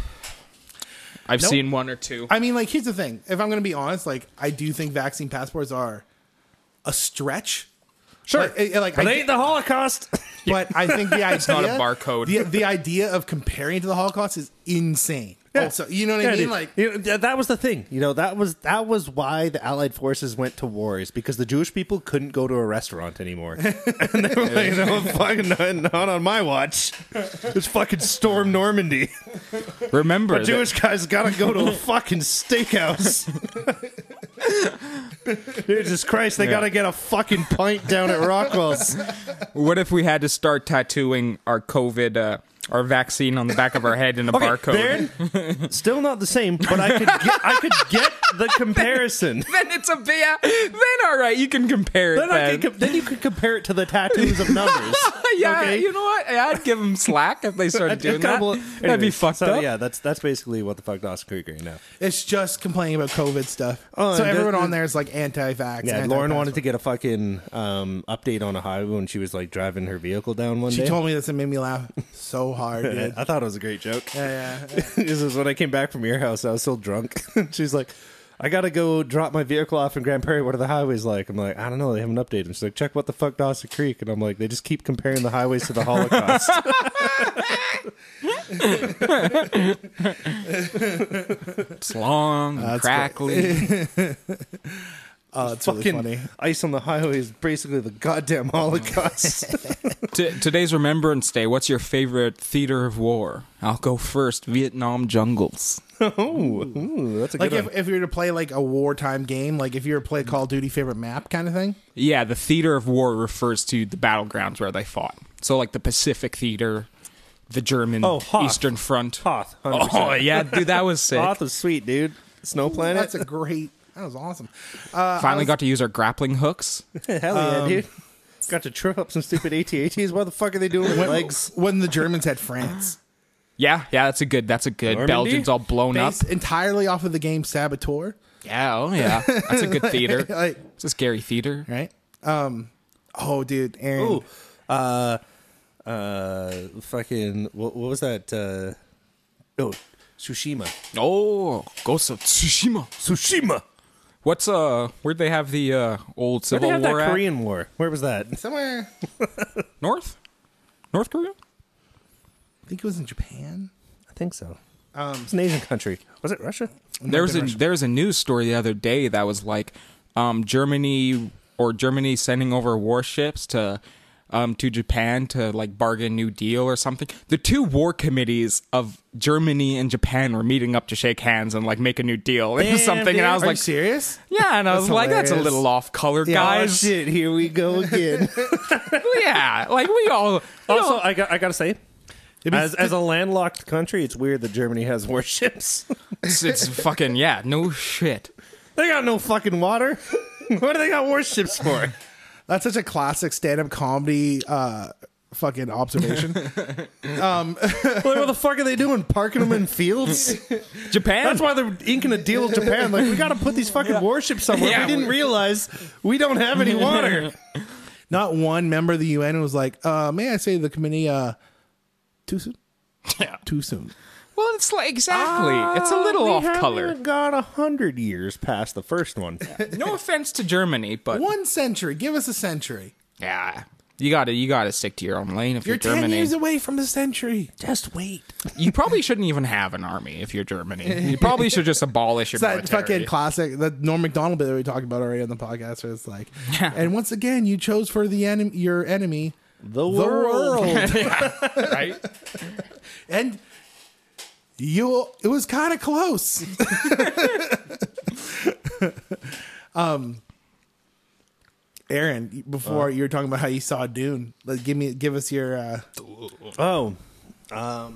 I've seen one or two. I mean, like here's the thing. If I'm gonna be honest, like I do think vaccine passports are a stretch. Sure, Like, it- like, but I- it ain't the Holocaust. But I think the idea not a barcode. The, the idea of comparing it to the Holocaust is insane. Also, you know what I Yeah, mean? dude. Like You know, th- that was the thing. You know, that was that was why the Allied forces went to war is because the Jewish people couldn't go to a restaurant anymore. and they were like, no, fucking not, not on my watch. It's fucking storm Normandy. Remember, that- Jewish guys gotta go to a fucking steakhouse. Jesus Christ, they gotta get a fucking pint down at Rockwell's. what if we had to start tattooing our COVID, uh, our vaccine on the back of our head in a Okay, barcode? Baron, still not the same, but I could get, I could get the comparison. then it's a yeah. Then all right, you can compare it. Then, I could, com- then you could compare it to the tattoos of numbers. yeah, okay? you know what? Yeah, I'd give them slack if they started That's- doing that's kinda that. bull- That'd be anyways, fucked so, up. Yeah, that's that's basically what the fuck Dawson Creek right now. it's just complaining about COVID stuff. Oh, so and everyone the- on there is like anti-vax. Yeah, Lauren wanted to get a fucking um, update on a highway when she was like driving her vehicle down one She day. told me this and made me laugh so hard, dude. I thought it was a great joke. yeah, yeah. this is when I came back from your house. I was still drunk. She's like, I gotta go drop my vehicle off in Grand Prairie. What are the highways like? I'm like, I don't know. They haven't updated them. She's like, check what the fuck Dawson Creek. And I'm like, they just keep comparing the highways to the Holocaust. It's long, and crackly. Oh, it's really fucking funny. ice on the highway is basically the goddamn Holocaust. T- today's Remembrance Day. What's your favorite theater of war? I'll go first. Vietnam jungles. Ooh, that's a Like good if, if you were to play like a wartime game, like if you were to play Call of Duty favorite map kind of thing. Yeah, the theater of war refers to the battlegrounds where they fought. So, like the Pacific Theater, the German Oh, Hoth. Eastern Front. Hoth, 100%. Oh yeah, dude, that was sick. Hoth was sweet, dude. Snow Planet. That's a great. That was awesome. Finally got to use our grappling hooks. Hell yeah, dude. Got to trip up some stupid ATATs. Why the fuck are they doing with legs? when the Germans had France Yeah, yeah, that's a good. That's a good. Normandy? Belgium's all blown up. based entirely off of the game Saboteur, Yeah, oh yeah, that's a good theater. like It's a scary theater. right? Um, oh, dude, Aaron, Ooh. Uh, uh, fucking, what, what was that? Uh, oh, Tsushima. Oh, Ghost of Tsushima. Tsushima! What's uh? Where'd they have the uh old Where Civil they have that War? at? Korean War? Where was that? somewhere. North, North Korea. I think it was in Japan. I think so. it's an Asian country. Was it Russia? There was a there was a news story the other day that was like, um, Germany or Germany sending over warships to, um, to Japan to like bargain new deal or something. The two war committees of Germany and Japan were meeting up to shake hands and like make a new deal or something. And I was Are like, you serious? yeah, and I was like, that's a hilarious. little off color, guys. Oh, shit, here we go again. Yeah, like we all. also, I, got, I gotta say, be as, as a landlocked country, it's weird that Germany has warships. It's, it's fucking yeah. No shit. They got no fucking water. what do they got warships for? That's such a classic stand-up comedy uh, fucking observation. Like, what the fuck are they doing? Parking them in fields? Japan. That's why they're inking a deal with Japan. Like, we got to put these fucking warships somewhere. Yeah, we didn't we- realize we don't have any water. Not one member of the UN was like, uh, "May I say the committee uh, too soon? Yeah. Too soon." Well, it's like exactly. it's a little Ah, we off haven't color. even Got a hundred years past the first one. No offense to Germany, but One century. Give us a century. yeah, you gotta you gotta stick to your own lane if you're, You're ten Germany. years away from the century. Just wait. you probably shouldn't even have an army if you're Germany. You probably should just abolish your It's that military. fucking classic that Norm Macdonald bit that we talked about already on the podcast. Where it's like, and once again, you chose for the enemy, your enemy, The, the world. world, right? and you. It was kind of close. um, Um, Aaron, before you were talking about how you saw Dune, like give me, give us your. Uh, Oh, Oh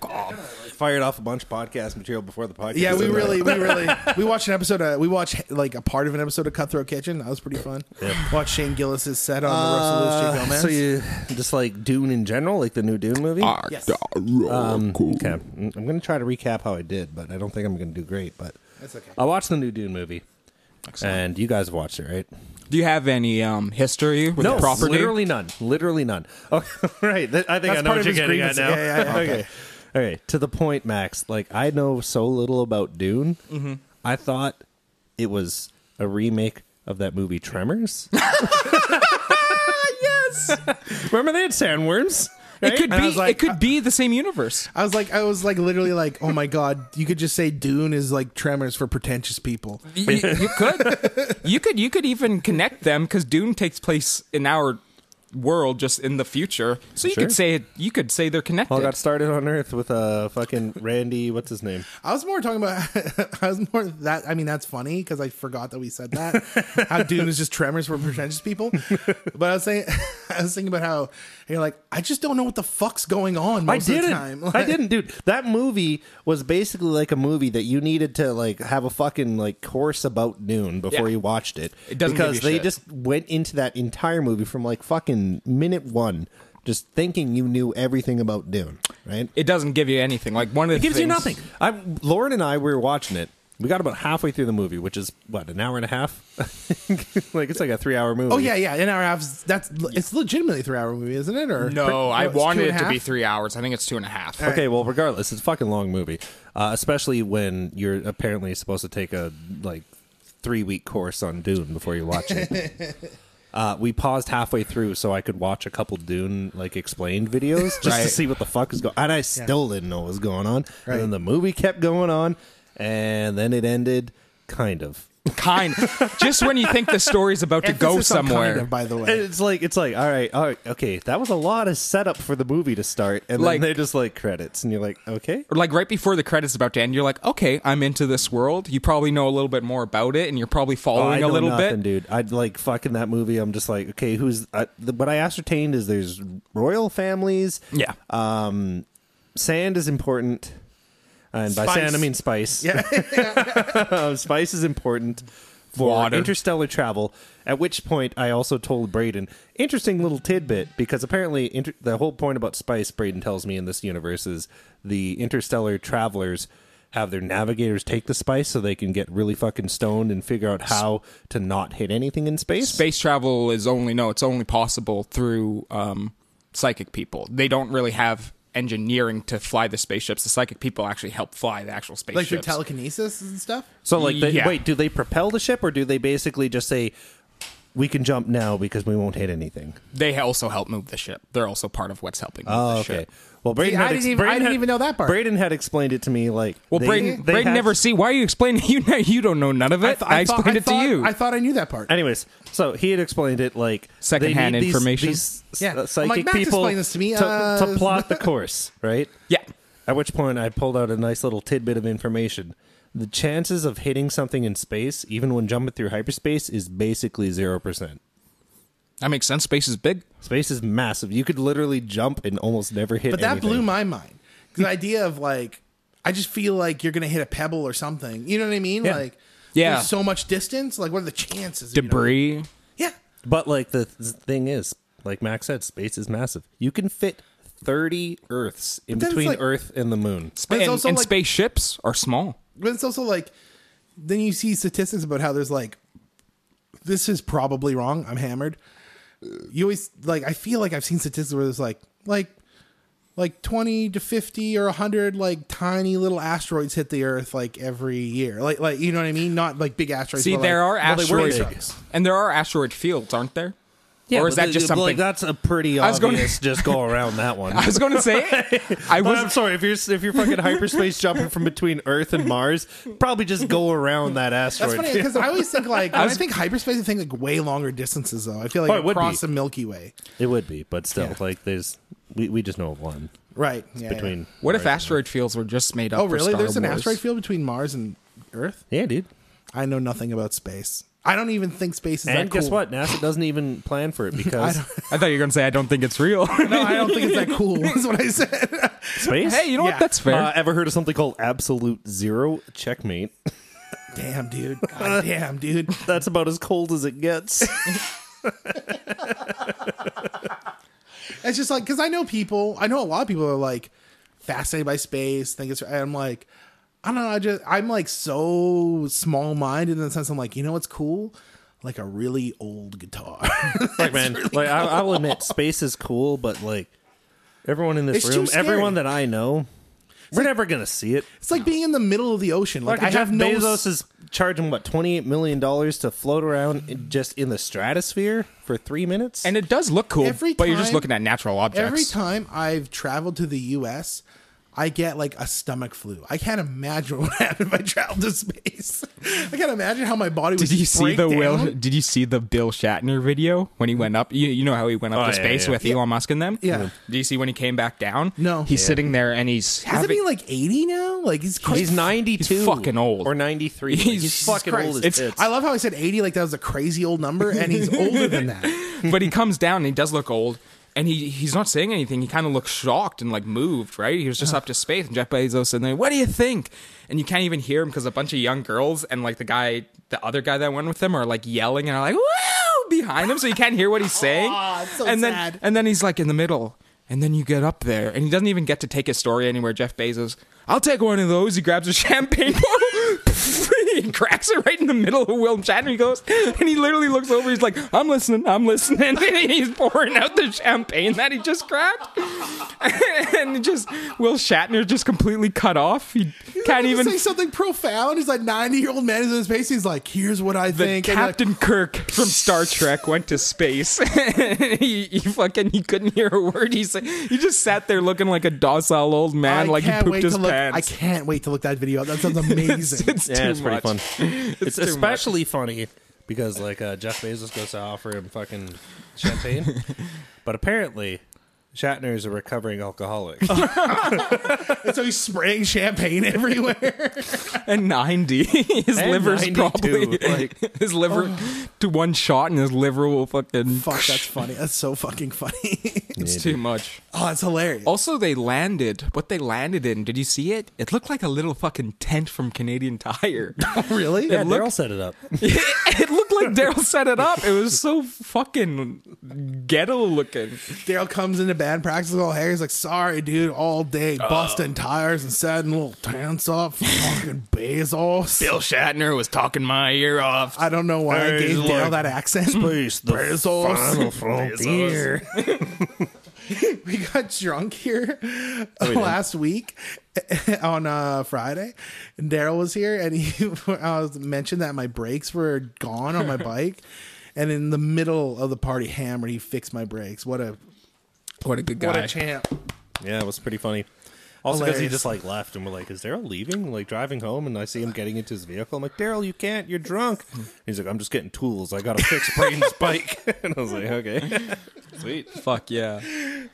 god. I fired off a bunch of podcast material before the podcast. yeah, we started. really, we really, we watched an episode. Of, we watched like a part of an episode of Cutthroat Kitchen. That was pretty fun. Watched Shane Gillis's set on the Russell Luce Jake Gomez. so you just like Dune in general, like the new Dune movie. Mm, Yes. Okay, I'm going to try to recap how I did, but I don't think I'm going to do great. But That's okay. I watched the new Dune movie, and you guys watched it, right? Do you have any um history with no, the property? literally none. Literally none. Oh, right. That, I think That's I know part what of you're his getting at grievance. now. Yeah, yeah, yeah. okay. All right. To the point, Max. Like I know so little about Dune. Mm-hmm. I thought it was a remake of that movie Tremors. yes. Remember they had sandworms. It could And I be was like, uh, it could be the same universe. I was like, I was like, literally, like, oh my god, you could just say Dune is like Tremors for pretentious people. You, you could. You could you could even connect them cuz Dune takes place in our world just in the future. So you Sure. could say it you could say they're connected. All got started on Earth with a uh, fucking Randy. What's his name? I was more talking about, I was more that. I mean, that's funny because I forgot that we said that. how Dune is just Tremors for pretentious people. But I was saying, I was thinking about how you're like, I just don't know what the fuck's going on most I didn't. of the time. I didn't, dude. That movie was basically like a movie that you needed to like have a fucking like course about noon before Yeah. you watched it. It doesn't give because you they shit. just went into that entire movie from like fucking minute one, just thinking you knew everything about Dune, right? it doesn't give you anything. Like one of the It gives you nothing. things- I Lauren and I we were watching it. We got about halfway through the movie, which is what an hour and a half. like it's like a three-hour movie. Oh yeah, yeah. An hour and a half. That's it's legitimately a three hour movie, isn't it? Or No, I it's two wanted and it a to be half? three hours. I think it's two and a half. Okay, well, regardless, it's a fucking long movie, uh, especially when you're apparently supposed to take a like three week course on Dune before you watch it. uh, we paused halfway through so I could watch a couple Dune like explained videos just to Right. see what the fuck is going. And I still didn't know what was going on. And then the movie kept going on, and then it ended kind of. Kind. just when you think the story's about to go Emphasis on kind somewhere. of, by the way, It's like it's like all right, all right, okay. That was a lot of setup for the movie to start, and then Like- they're just like credits, and you're like, okay, Or, like right before the credits about to end, you're like, okay, I'm into this world. You probably know a little bit more about it, and you're probably following Oh, I a know little nothing, bit. dude. I'd like fucking that movie. I'm just like, okay, who's I, the, what I ascertained is there's royal families. Yeah, Um, sand is important, and by Spice. sand I mean spice. Yeah, spice is important for Water. interstellar travel. At which point, I also told Braden interesting little tidbit because apparently inter- the whole point about spice, Braden tells me in this universe is the interstellar travelers. Have their navigators take the spice so they can get really fucking stoned and figure out how to not hit anything in space. space travel is only no, it's only possible through um, psychic people. They don't really have engineering to fly the spaceships. The psychic people actually help fly the actual like spaceships. through telekinesis and stuff. So like, they, Yeah. wait, do they propel the ship or do they basically just say we can jump now because we won't hit anything? they also help move the ship. They're also part of what's helping move the okay. ship. Well, Braden, I had didn't even- I didn't even know that part. Braden had explained it to me like, Well, they- Braden, they Braden had- never see. Why are you explaining? You know, you don't know none of it. I, thought- explained it to thought- you. I thought I knew that part. Anyways, so he had explained it like they Secondhand need these- information? These, Yeah. uh, psychic I'm like, Max people explained this to me, uh, to plot the course, right? yeah, At which point, I pulled out a nice little tidbit of information. The chances of hitting something in space, even when jumping through hyperspace, is basically zero percent. that makes sense. Space is big. Space is massive. You could literally jump and almost never hit. But that blew my mind. 'Cause The idea of like, I just feel like you're gonna hit a pebble or something. You know what I mean? Yeah. Like, Yeah. there's so much distance. Like, what are the chances? you know? Debris. Yeah. But like the th- thing is, Like Max said, space is massive. You can fit 30 Earths in then it's between like- Earth and the moon. But it's and, also and like- spaceships are small. But it's also like then you see statistics about how there's like this is probably wrong. I'm hammered. You always like I feel like I've seen statistics where there's like like like 20 to 50 or 100 like tiny little asteroids hit the earth like every year. Like like you know what I mean? Not like big asteroids. See, but, there like, are well, they were asteroid big. and there are asteroid fields, aren't there? or is but that the- just like, something? that's a pretty was gonna- obvious just go around that one. I was going to say, I But I'm was. sorry if you're if you're fucking hyperspace jumping from between Earth and Mars, probably just go around that That's asteroid. funny field. because I always think like when I think hyperspace. I think like way longer distances though. I feel Oh, like it would across be. the Milky Way, It would be, but still, like there's we, we just know of one right? Yeah, yeah. between. What if Mars and- asteroid fields were just made up? Oh, for really? Star There's an Wars? asteroid field between Mars and Earth. Yeah, dude. I know nothing about space. I don't even think space is And that guess cool. what? NASA doesn't even plan for it because I thought you were going to say I don't think it's real. No, I don't think it's that cool. Is what I said. space. hey, you know Yeah. what? That's fair. Uh, ever heard of something called absolute zero? Checkmate. damn, dude. God damn, dude. That's about as cold as it gets. It's just like because I know people. I know a lot of people are like fascinated by space. Think it's. I'm like, I don't know. I just I'm like so small minded in the sense I'm like, you know what's cool? Like a really old guitar. like man, like I, I will admit, space is cool, but like everyone in this It's too room, scary. everyone that I know, we're never gonna see it. it's like being in the middle of the ocean. Like, Like I Jeff have no. Bezos is charging what twenty eight million dollars to float around in, just in the stratosphere for three minutes. and it does look cool, Every but you're just time- looking at natural objects. every time I've traveled to the U.S. I get like a stomach flu. I can't imagine what would happen if I traveled to space. I can't imagine how my body would. Did you just see break the down. Will? Did you see the Bill Shatner video when he went up? You, you know how he went up Oh, to yeah, space yeah. with Elon Musk and them. Yeah. Do you see when he came back down? No. He's Yeah. sitting there and he's Isn't having. he like eighty now? Like he's crazy. he's ninety two, He's fucking old. or ninety three. He's- He's, fucking Christ. old as It's- tits. I love how I said 80 like that was a crazy old number, and he's older than that. but he comes down and he does look old. And he, he's not saying anything. He kind of looks shocked and like moved, right? He was just up to space, and Jeff Bezos and then, "What do you think?" And you can't even hear him because a bunch of young girls and like the guy, the other guy that went with him, are like yelling and are like, "Woo!" behind him, so you can't hear what he's saying. Aw, it's so and then sad. and then he's like in the middle, and then you get up there, and he doesn't even get to take his story anywhere. Jeff Bezos, I'll take one of those. He grabs a champagne bottle. He cracks it right in the middle of Will Shatner. He goes, and he literally looks over. He's like, "I'm listening. I'm listening." And he's pouring out the champagne that he just grabbed, and it just Will Shatner just completely cut off. He can't He even. say something profound. He's like 90 year old man is in space. He's like, here's what I The think. and Captain Kirk from Star Trek went to space. he, he fucking he couldn't hear a word. He said he just sat there looking like a docile old you're man, like, like he can't pooped wait his to look. I pants. can't wait to look that video up. That sounds amazing. It's yeah, too it's pretty much. fun. It's, too much. especially funny because like uh, Jeff Bezos goes to offer him fucking champagne, but apparently Shatner is a recovering alcoholic. And so he's spraying champagne everywhere. and 90 his And liver's 92, probably like- his liver to one shot and his liver will fucking oh. Fuck, that's funny. That's so fucking funny. it's too much oh, it's hilarious. also they landed what they landed in did you see it it looked like a little fucking tent from canadian tire really? yeah, It looked- Daryl set it up. it looked like daryl set it up it was so fucking ghetto looking Daryl comes into band practice with all hair. He's like, sorry, dude, all day Uh. busting tires and setting little tents up for fucking Bezos. bill shatner was talking my ear off I don't know why I Hey, gave he's Daryl like, that accent. Space, the Bezos. final frontier. we got drunk here Oh, last week on uh, Friday, and Daryl was here, and he I was mentioned that my brakes were gone on my bike, and in the middle of the party, hammered, he fixed my brakes. What a what a good what guy a champ! Yeah, it was pretty funny. Also, because he Hilarious. just like left, and we're like, "Is Daryl leaving? Like driving home?" And I see him getting into his vehicle. I'm like, "Daryl, you can't. You're drunk." He's like, "I'm just getting tools. I got to fix Brayden's bike." And I was like, "Okay, sweet." fuck yeah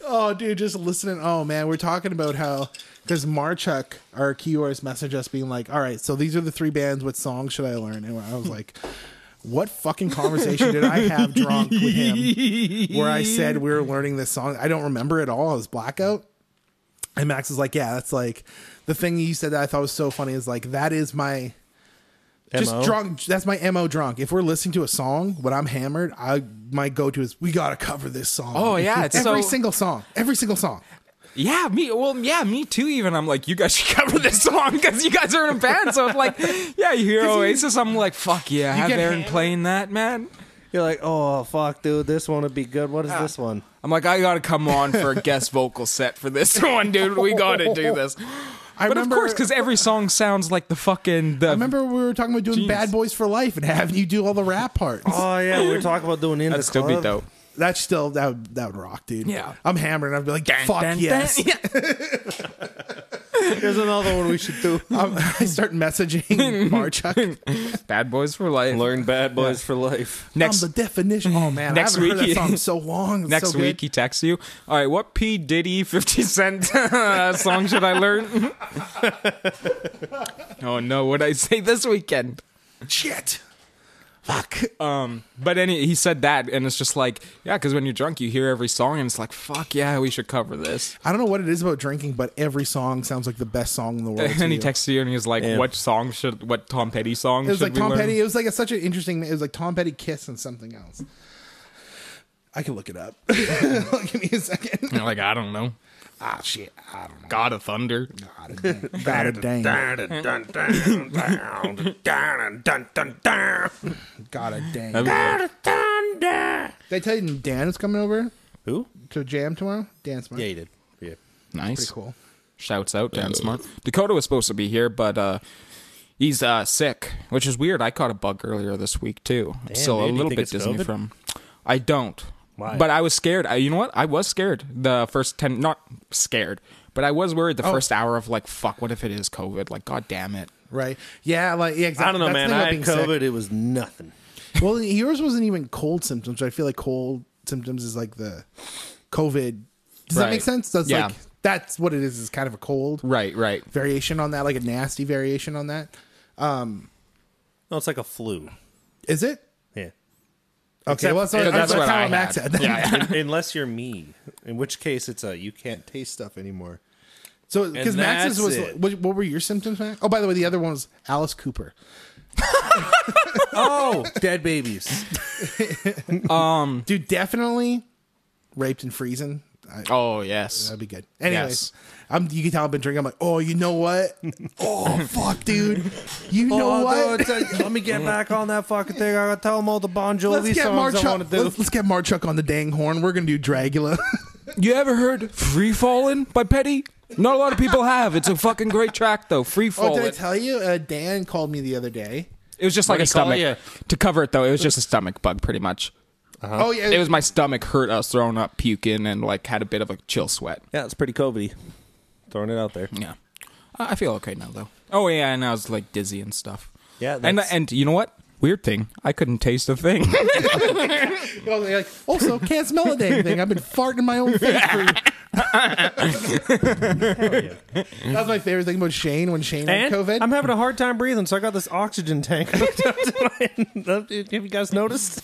Oh, dude, just listening. Oh man, we're talking about how because Marchuk, our keywords, messaged us being like, "All right, so these are the three bands. What song should I learn?" And I was like. What fucking conversation did I have drunk with him? where I said we were learning this song. I don't remember it all. I was blackout. And Max is like, yeah, that's like the thing you said that I thought was so funny is like that is my Just MO? drunk. That's my mo drunk. If we're listening to a song when I'm hammered, I my go to is we gotta cover this song. Oh, yeah, it's every so- single song, every single song. Yeah, me. Well, yeah, me too. Even I'm like, you guys should cover this song because you guys are in a band. So it's like, yeah, you hear Oasis. I'm like, fuck yeah, have get Aaron hammered. playing that, man. You're like, oh fuck, dude, this one would be good. What is this one? I'm like, I gotta come on for a guest vocal set for this one, dude. We gotta do this. I but remember, of course, because every song sounds like the fucking the. I remember we were talking about doing Jeez. Bad Boys for Life and having you do all the rap parts. Oh yeah, we were talking about doing in that'd the still be club. dope. That's still that would, that would rock, dude. Yeah. I'm hammered. and I'd be like, fuck Dun, dun, yes. dun. Yeah. Here's another one we should do. I'm- I start messaging Barchuk. Bad boys for life. Learn bad boys for life. Next I'm the definition. Oh man, Next I haven't heard week- that song in so long. It's next so week, he texts you. All right, what P Diddy Fifty Cent uh, song should I learn? oh no, what I say this weekend? good. shit. Fuck. Um, but any he said that, and it's just like yeah, because when you're drunk, you hear every song, and it's like fuck yeah, we should cover this. I don't know what it is about drinking, but every song sounds like the best song in the world. And to then he you. texts you, and he's like, Yeah. what song should what Tom Petty song? It was should like we Tom learn? Petty. It was like a, such an interesting. It was like Tom Petty kiss and something else. I can look it up. Give me a second. And you're like I don't know, Ah shit. I don't know. God of Thunder. God damn. God damn. God damn. That'd be like- Did I tell you Dan is coming over Who? to jam tomorrow? Dan Smart. Yeah, you did. Yeah. nice. Pretty cool. Shouts out, Dan Smart. Dakota was supposed to be here, but uh, he's uh, sick, which is weird. I caught a bug earlier this week too, so dude, a you little think bit it's Disney COVID? from. I don't, Why? but I was scared. I, you know what? I was scared the first ten. Not scared, but I was worried Oh. the first hour of like, fuck, what if it is COVID? Like, god damn it. Right. Yeah, like yeah, exactly. I don't know, That's man. the thing I about had being COVID. sick. It was nothing. Well, yours wasn't even cold symptoms. I feel like cold symptoms is like the COVID. Does that Right. make sense? That's Yeah. like that's what it is. Is kind of a cold Right, right. variation on that, like a nasty variation on that. No, it's like a flu. Is it? Yeah. Okay, well, that's, what, that's, that's what how I I'm had. acting. Yeah. Un- Unless you're me, in which case it's a you can't taste stuff anymore. So, because And Max's that's was, it. what, what were your symptoms? Max? Oh, by the way, the other one was Alice Cooper. Oh, dead babies. Dude, definitely raped and freezing. I, Oh yes. That'd be good. Anyways, Yes. I'm. You can tell I've been drinking. I'm like, oh, you know what? oh, fuck, dude. You know what? let Oh, me get back on that fucking thing. I gotta tell them all the Bon Jovi let's get songs I Marchuk. want to do. Let's, let's get Marchuk on the dang horn. We're gonna do Dragula. You ever heard "Free Falling" by Petty? Not a lot of people have. It's a fucking great track though. Free oh, Falling. did I tell you? Uh, Dan called me the other day. it was just like do a you call stomach. it? To cover it though, it was just a stomach bug, pretty much. Uh-huh. Oh yeah, it was my stomach hurt. I was throwing up, puking, and like had a bit of a chill sweat. Yeah, it's pretty COVID. Throwing it out there. Yeah, I I feel okay now though. Oh yeah, and I was like dizzy and stuff. Yeah, and that's- and you know what? Weird thing, I couldn't taste a thing. Oh, they're like, also can't smell a dang thing. I've been farting in my own face for. That was my favorite thing about Shane when Shane And had COVID. I'm having a hard time breathing, so I got this oxygen tank. Have you guys noticed?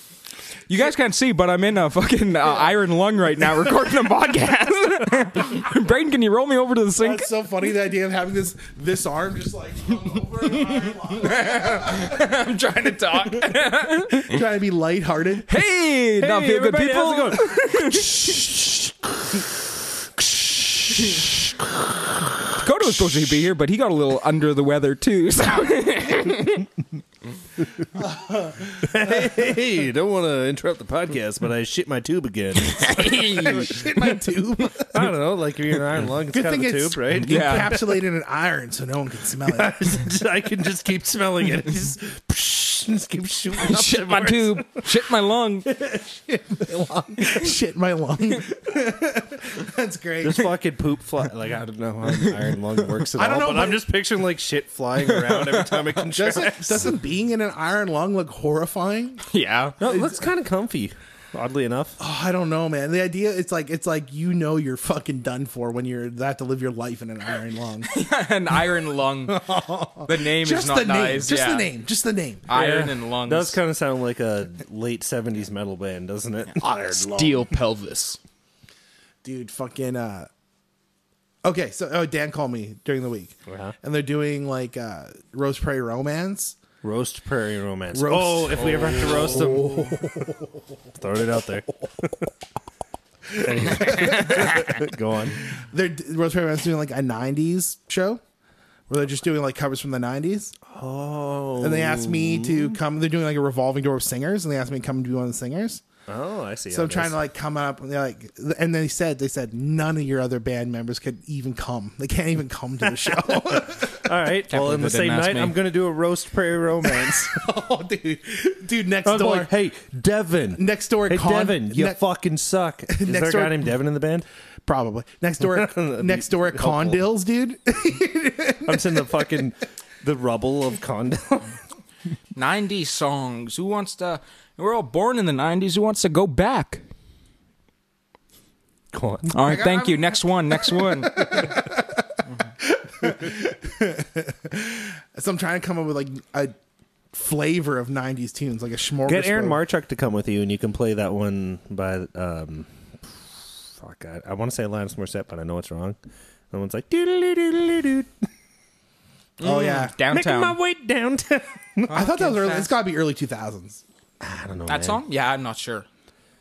you guys can't see, but I'm in a fucking uh, iron lung right now, recording a podcast. Brain, can you roll me over to the sink? That's so funny. The idea of having this this arm just like hung over an iron line, I'm trying to talk. trying to be lighthearted. hey, now feel good everybody, people. how's it going? Dakota was supposed to be here, but he got a little under the weather too. So hey, don't want to interrupt the podcast, but I shit my tube again. Shit, my tube. I don't know, like you're in an iron lung. It's Good kind thing of a it's tube, right? Yeah. encapsulated in iron, so no one can smell it. I can just keep smelling it. Just, just keep shooting. Up shit my towards- tube, shit my lung. Shit, my lung. That's great. This fucking poop fly. Like I don't know how an iron lung works at I don't all, know, but but- I'm just picturing like shit flying around every time it contracts. Doesn't, doesn't being in an iron lung look horrifying? Yeah. no, it looks kind of comfy. Oddly enough, Oh, I don't know, man. The idea it's like it's like you know you're fucking done for when you're that to live your life in an iron lung. An iron lung. The name just is not the name, nice. just yeah. the name, just the name. Iron Yeah. and lungs. does kind of sound like a late '70s metal band, doesn't it? Iron lung, Steel pelvis. dude. Fucking. uh Okay, so oh, Dan called me during the week, Uh-huh. and they're doing like uh Rose Prairie Romance, Roast Oh. prairie romance. Roast. Oh, if we ever have to roast them, throw it out there. Anyway. Go on. They're Rose Perry doing like a '90s show where they're just doing like covers from the '90s. Oh, And they asked me to come. They're doing like a revolving door of singers, and they asked me to come do one of the singers. oh, I see. So I'm trying to like come up, and they're like, and they said they said none of your other band members could even come. They can't even come to the show. All right. Can't Well, believe in the they same didn't ask night, me. I'm going to do a roast prairie romance. oh, dude, dude, next I'm door, like, hey, Devin. Next door Hey, con- Devin, you ne- fucking suck. Is Next there a guy door- named Devin in the band? probably next door, next door at helpful. Condills, dude. I'm sitting the fucking the rubble of condo. 90 songs. Who wants to? We're all born in the 90s. Who wants to go back? Go on. All right, thank you. Next one. Next one. so I'm trying to come up with like a flavor of '90s tunes, like a smorgasbord. Get Aaron Marchuk to come with you, and you can play that one by um, fuck. I, I want to say Alanis Morissette, but I know it's wrong. That one's like doodly doodly dood. Oh yeah, Making my Mm, Downtown. way downtown. I thought that was early. It's got to be early 2000s. I don't know man. That song? Yeah, I'm not sure.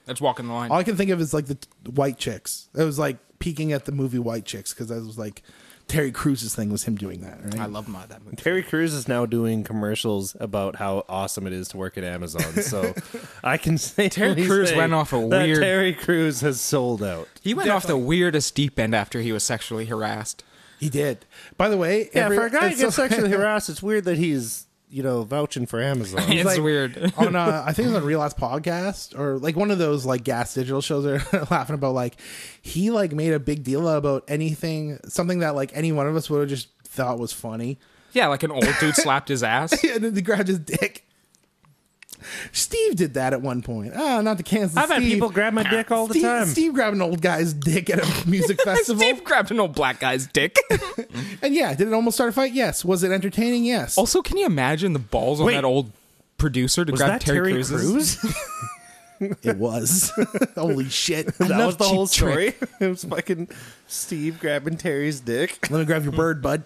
That's walking the line. All I can think of is like the t- White Chicks. It was like peeking at the movie White Chicks because that was like Terry Crews' thing was him doing that. Right? I love my that movie. Terry Crews is now doing commercials about how awesome it is to work at Amazon. So I can say Terry Crews say went off a that weird- Terry Crews has sold out. He went off the weirdest deep end after he was sexually harassed. He did. By the way, Yeah, every- for a guy who it's gets so- sexually harassed, it's weird that he's you know vouching for Amazon. It's weird. on uh, I think it was on Real Last Podcast or like one of those like gas digital shows they're laughing about like he like made a big deal about anything something that like any one of us would have just thought was funny. Yeah, like an old dude slapped his ass. and then they grabbed his dick. Steve did that at one point. Ah, not to cancel. I've had Steve. people grab my dick all the Steve, time. Steve grabbed an old guy's dick at a music festival. Steve grabbed an old black guy's dick. And yeah, did it almost start a fight? Yes. Was it entertaining? Yes. Oh. also, can you imagine the balls on Wait. that old producer to Was grab that Terry, Terry Crews's- Crews? it was. Holy shit. I That love was the Cheap whole Trick. story. it was fucking Steve grabbing Terry's dick. Let me grab your bird, bud.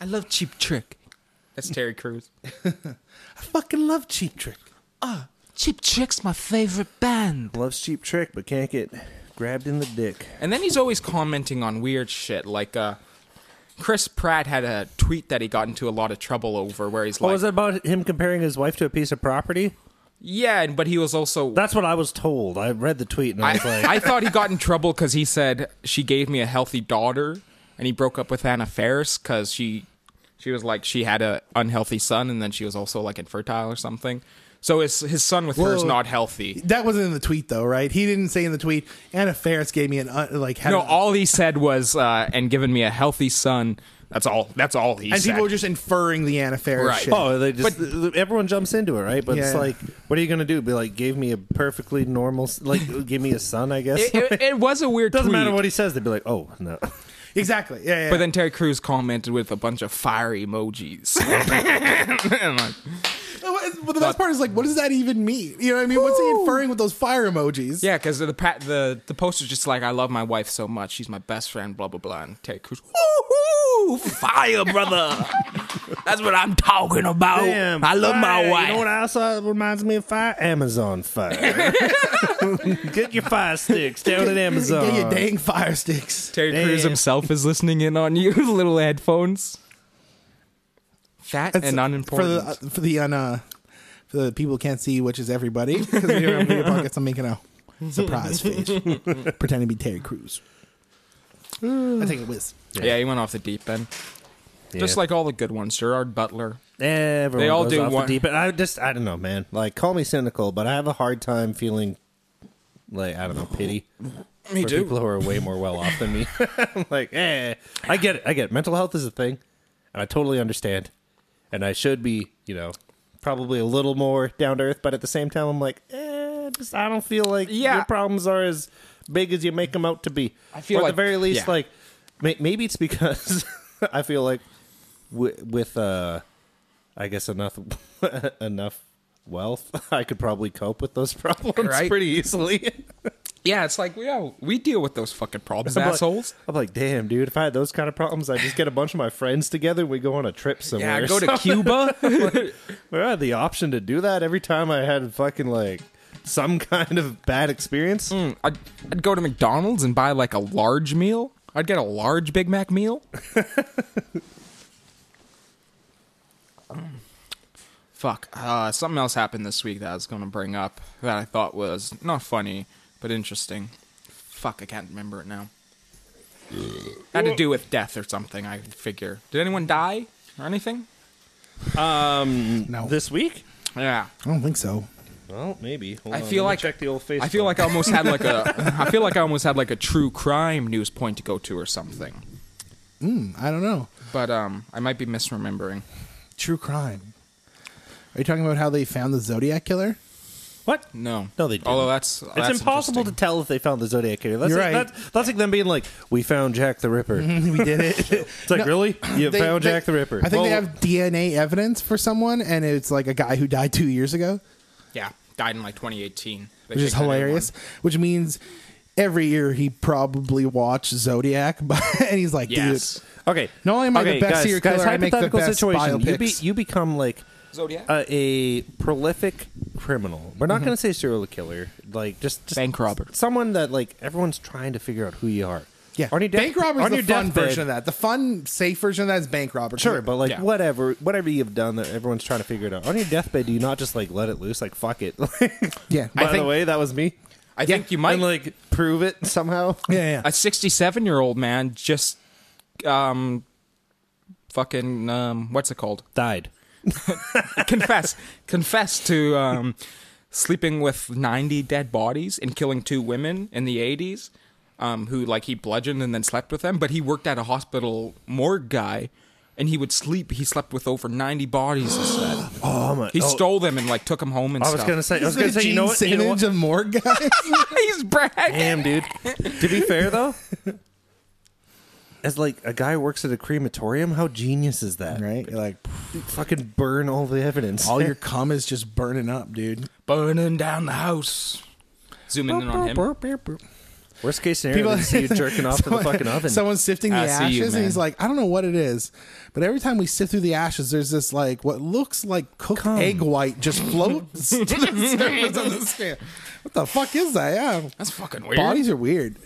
I love Cheap Trick. That's Terry Crews. I fucking love Cheap Trick. Cheap Trick's my favorite band. Loves cheap trick, but can't get grabbed in the dick. And then he's always commenting on weird shit. Like, uh, Chris Pratt had a tweet that he got into a lot of trouble over where he's What like, was Oh, it about him comparing his wife to a piece of property? Yeah, and- but he was also. That's what I was told. I read the tweet and I I, was like, I thought he got in trouble because he said she gave me a healthy daughter, and he broke up with Anna Faris because she she was like she had a unhealthy son, and then she was also like infertile or something. So his his son with her is Whoa. not healthy. That wasn't in the tweet though, right? He didn't say in the tweet. Anna Ferris gave me an uh, like. Had No, a- all he said was uh, and given me a healthy son. That's all. That's all he and said. people were just inferring the Anna Ferris Right. shit. oh, they just everyone jumps into it, right? But it's Yeah. like, what are you gonna do? Be like, gave me a perfectly normal, s- like, give me a son, I guess. it, it- it was a weird. Doesn't tweet. matter what he says. They'd be like, oh no. Exactly. Yeah. yeah. But then Terry Crews commented with a bunch of fire emojis. And, like, But the best part is like, what does that even mean? You know what I mean? What's he inferring with those fire emojis? Yeah, because the pat the the poster's just like I love my wife so much, she's my best friend, blah blah blah. And Terry Crews, woohoo, fire, brother. That's what I'm talking about. Oh, I love fire. my wife. You know what also reminds me of fire? Amazon fire. Get your fire sticks down at Amazon. Get your dang fire sticks. Terry Crews Damn. himself is listening in on you, little headphones. Fat That's- and unimportant. for the uh, for the un, uh, for the people who can't see, which is everybody, because we don't have video podcasts. I'm making a surprise face, pretending to be Terry Crews. I think it was. yeah, he went off the deep end, just like all the good ones. Gerard Butler. Everyone They all goes do off one- the deep end. I just, I don't know, man. Like, call me cynical, but I have a hard time feeling, like, I don't know, pity Me for people who are way more well off than me. I'm like, eh, I get it. I get it. Mental health is a thing, and I totally understand. And I should be, you know, probably a little more down to earth. But at the same time, I'm like, eh, just I don't feel like Yeah. your problems are as big as you make them out to be. I feel or like- at the very least, yeah. like may- maybe it's because I feel like wi with uh, I guess enough enough wealth, I could probably cope with those problems Right. pretty easily. Yeah, it's like we all, we deal with those fucking problems, I'm like- assholes. I'm like, damn, dude. If I had those kind of problems, I just get a bunch of my friends together. We go on a trip somewhere. Yeah, or I go to something. Cuba. Well, I had the option to do that every time I had fucking like some kind of bad experience. Hmm, I'd, I'd go to McDonald's and buy like a large meal. I'd get a large Big Mac meal. Um, Fuck. Uh, something else happened this week that I was going to bring up that I thought was not funny, but interesting. Fuck, I can't remember it now. Had to do with death or something, I figure. Did anyone die or anything? No, This week? Yeah. I don't think so. Oh. Well, maybe. Hold I on, feel let me like check the old face. I feel like I almost had like a I feel like I almost had like a true crime news point to go to or something. I don't know. But um I might be misremembering. True crime. Are you talking about how they found the Zodiac killer? what? No. No, they didn't. Although that's It's that's impossible to interesting. tell if they found the Zodiac killer. That's You're like, right. that's, that's like them being like, "We found Jack the Ripper." Mm-hmm. It's we did it. like, No, really? You they- found they- Jack the Ripper? I think they Well, have DNA evidence for someone, and it's like a guy who died two years ago, Yeah, died in like 2018. They which is picked that hilarious. one. Which means every year he probably watched Zodiac, but and he's like, Yes. dude, Okay. Not only am I the okay, best guys, serial guys, killer, I make the hypothetical best situation. You, be, biopics. you become like Zodiac? uh, a prolific criminal. We're not going to say serial killer. Like just, just Bank robber. Someone that like everyone's trying to figure out who you are. Yeah, On your death- bank robber's on the your fun deathbed- version of that. The fun, safe version of that is bank robber. Sure, but like Yeah. whatever, whatever you've done, that everyone's trying to figure it out. On your deathbed, do you not just like let it loose? Like fuck it. yeah, By think- the way, that was me. I think you might and like prove it somehow. yeah, yeah. a 67-year-old man just um fucking um what's it called? Died. confess confess to um, sleeping with 90 dead bodies and killing two women in the 80s um, who like he bludgeoned and then slept with them but he worked at a hospital morgue guy and he would sleep he slept with over 90 bodies he said Oh my! he oh, stole them and like took them home and I was stuff gonna say. I was Like gonna say. You know Gene what? You know Sinise what? of morgue guys. he's bragging Damn, dude. to be fair though, as like a guy works at a crematorium, how genius is that? right? You're like, Fucking burn all the evidence. all your cum is just burning up, dude. burning down the house zooming in on him worst case scenario, they see you jerking off to the fucking oven. Someone's sifting the I see ashes, you, and he's man. like, I don't know what it is, but every time we sift through the ashes, there's this like what looks like cooked egg white just floats to the surface of the sand. What the fuck is that? Yeah, that's fucking weird bodies are weird.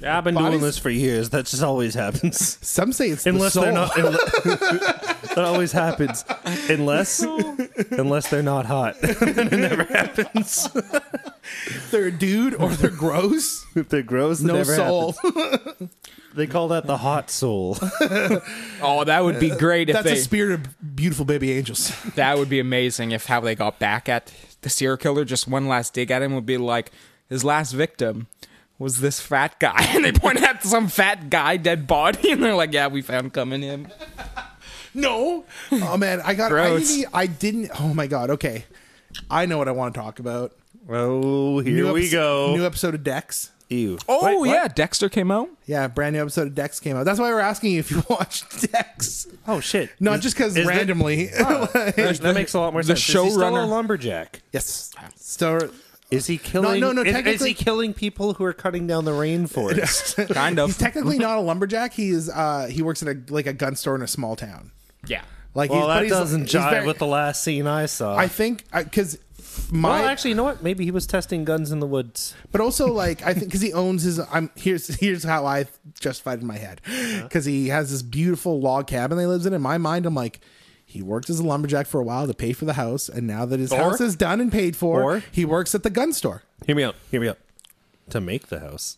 yeah, I've been Bodies- doing this for years. That just always happens. Some say it's Unless the soul. they're not. Unless, that always happens. Unless, unless they're not hot. they're a dude or they're gross. if they're gross, it No never soul. happens. They call that the hot soul. oh that would be great if That's they the spirit of beautiful baby angels. That would be amazing if how they got back at the serial killer. Just one last dig at him would be like his last victim was this fat guy, and they point out some fat guy dead body, and they're like, "Yeah, we found coming him." No. Oh man, I got. I, Gross. didn't, I didn't. Oh my god. Okay, I know what I want to talk about. Oh, here New we episo- go. New episode of Dex. Ew. Wait, Oh what? yeah, Dexter came out. Yeah, brand new episode of Dex came out. That's why we're asking you if you watched Dex. Oh shit! Not just because is that- randomly. that, that makes a lot more the sense. is he still a showrunner- lumberjack? yes. So Is he killing? no, no, is- Is, technically- he killing people who are cutting down the rainforest? Kind of. he's technically not a lumberjack. He is. Uh, he works at a like a gun store in a small town. yeah. Like well, he's, but that he's- doesn't he's jive very- with the last scene I saw. I think because my well, actually, you know what? Maybe he was testing guns in the woods. But also, like, I think because he owns his. I'm here's here's how I justified in my head Uh-huh. because he has this beautiful log cabin that he lives in. In my mind, I'm like, he worked as a lumberjack for a while to pay for the house, and now that his Or- house is done and paid for, or- he works at the gun store. Hear me out. Hear me out. To make the house,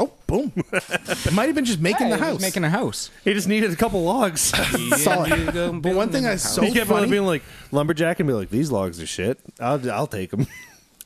Oh, boom! it might have been just making the Hey, house. Making a house. he just needed a couple logs. he Solid. But one thing I so kept funny, being like lumberjack and be like, "These logs are shit. I'll, I'll take them."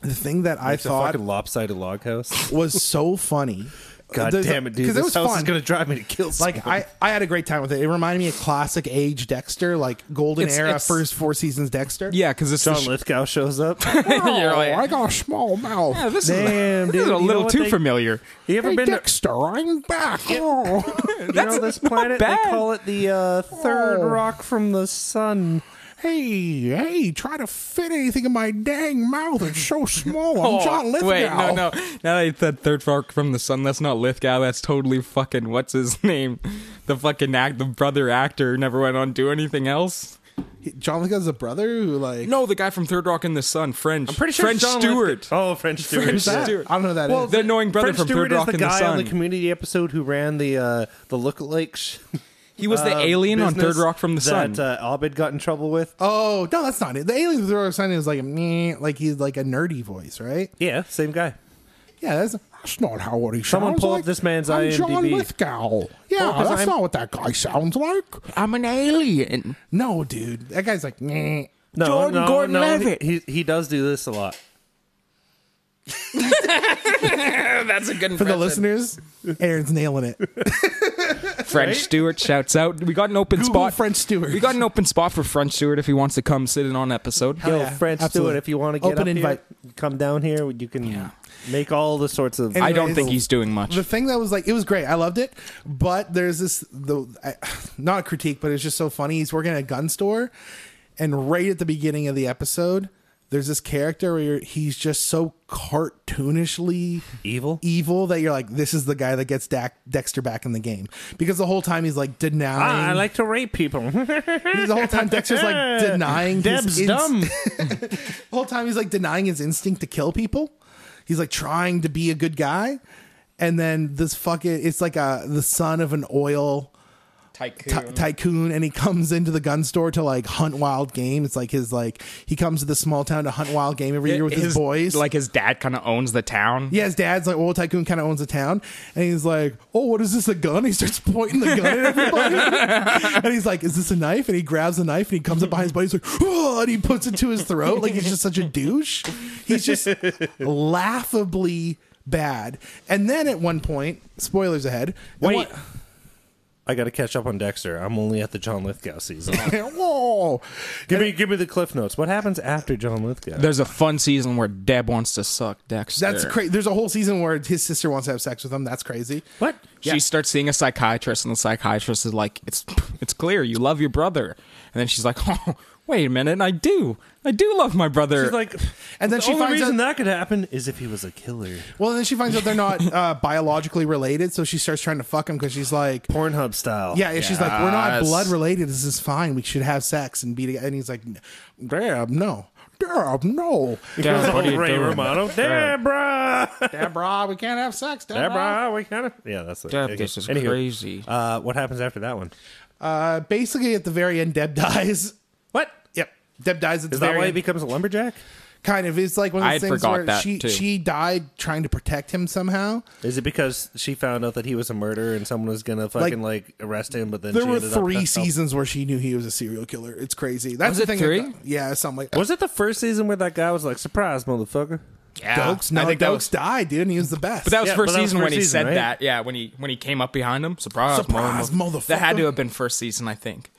the thing that I It's a thought fucking lopsided log house. was so funny. God There's a- damn it, dude! 'cause This it was house fun. is gonna drive me to kill. Someone. like I, I had a great time with it. It reminded me of classic age Dexter, like golden It's- era it's- first four seasons Dexter. Yeah, because it's the John sh- Lithgow shows up. You're like, got a small mouth. oh, "Yeah, this Damn, is, this dude, is a you know little what too they- familiar. You ever been to I'm back. Oh. you know this planet? They bad. call it the uh, third Oh. rock from the sun. Hey, hey, try to fit anything in my dang mouth. It's so small. I'm Oh, John Lithgow. Oh, Wait, no, no. Now that I said third fork from the sun, that's not Lithgow. That's totally fucking what's his name, the fucking act, the brother actor who never went on to do anything else. John Lithgow's a brother who, like, No, the guy from Third Rock in the Sun, French. I'm French John Stewart. Lithgow- Oh, French Stewart. French yeah. that? Stewart. I don't know who that Well, is. The annoying brother French from Stewart Third is Rock the and the guy on the Sun. community episode who ran the uh, the lookalike. sh- He was the uh, alien on Third business Rock from the Sun. that uh, Abed got in trouble with. Oh no, that's not it. The aliens are signing is like a meh, like he's like a nerdy voice, right? Yeah, same guy. Yeah, that's, that's not how what he Someone sounds pull up like. this man's I'm John IMDb. Lithgow. Yeah, Well, 'cause that's I'm- not what that guy sounds like. I'm an alien. No, dude, that guy's like meh. No, Jordan no, Gordon-Levitt. No, he, he he does do this a lot. That's a good For the listeners, Aaron's nailing it. French Stewart shouts out. We got an open Google spot. French Stewart. We got an open spot for French Stewart if he wants to come sit in on episode. Yo, yeah, French absolutely. Stewart, if you want to get Open up invite. here, come down here. You can make all the sorts of. And- I don't anyways, think he's doing much. The thing that was like, it was great. I loved it. But there's this, the I, not a critique, but it's just so funny. He's working at a gun store, and right at the beginning of the episode, there's this character where you're, he's just so cartoonishly Evil? evil that you're like, this is the guy that gets Dak, Dexter back in the game because the whole time he's like denying. Ah, I like to rape people. the whole time Dexter's like denying. his Deb's inst- dumb. the whole time he's like denying his instinct to kill people. He's like trying to be a good guy. And then this fucking it's like a the son of an oil ty- Tycoon. tycoon and he comes into the gun store to like hunt wild game. It's like his like he comes to the small town to hunt wild game every year with his, boys. Like his dad kind of owns the town. yeah, his dad's like oil tycoon kind of owns the town, and he's like, "Oh, what is this? A gun?" He starts pointing the gun at everybody, and he's like, "Is this a knife?" And he grabs the knife and he comes up behind his buddy. He's like, "Oh," and he puts it to his throat. Like he's just such a douche. He's just laughably bad. And then at one point, spoilers ahead. at Wait. one- I got to catch up on Dexter. I'm only at the John Lithgow season. Whoa. give me, give me the cliff notes. What happens after John Lithgow? There's a fun season where Deb wants to suck Dexter. That's crazy. There's a whole season where his sister wants to have sex with him. That's crazy. what? She starts seeing a psychiatrist, and the psychiatrist is like, "It's it's clear you love your brother." And then she's like, "Oh, wait a minute, I do, I do love my brother." She's like, And then the she only finds reason out- that could happen is if he was a killer. Well, then she finds out they're not uh, biologically related, so she starts trying to fuck him because she's like, Pornhub style. yeah, yeah, she's like, we're not Yes. blood related. This is fine. We should have sex and be together. And he's like, damn, no. Damn, no. Deb, what are you Ray doing? Romano. Deborah. Deborah, we can't have sex, Deborah. Deborah. We kind of. Yeah, that's it. Deb, this is Anywho, crazy. Uh, what happens after that one? Uh, basically, at the very end, Deb dies. What? Yep. Deb dies at the Is that very why he end. becomes a lumberjack? kind of. It's like one of I those had things forgot where that, she, too. she died trying to protect him somehow. Is it because she found out that he was a murderer and someone was gonna fucking like, arrest him? But then There she were ended up- three seasons where she knew he was a serial killer. It's crazy. That's Was the thing. it three? yeah, something like that. Was it the first season where that guy was like, "Surprise, motherfucker"? yeah, Dokes? No, I think that Dokes was- died, dude, and he was the best. But that was Yeah, first but that was season first when he season, said right? that. Yeah, when he when he came up behind him, surprise, Surprise, motherfucker. That had to have been first season, I think.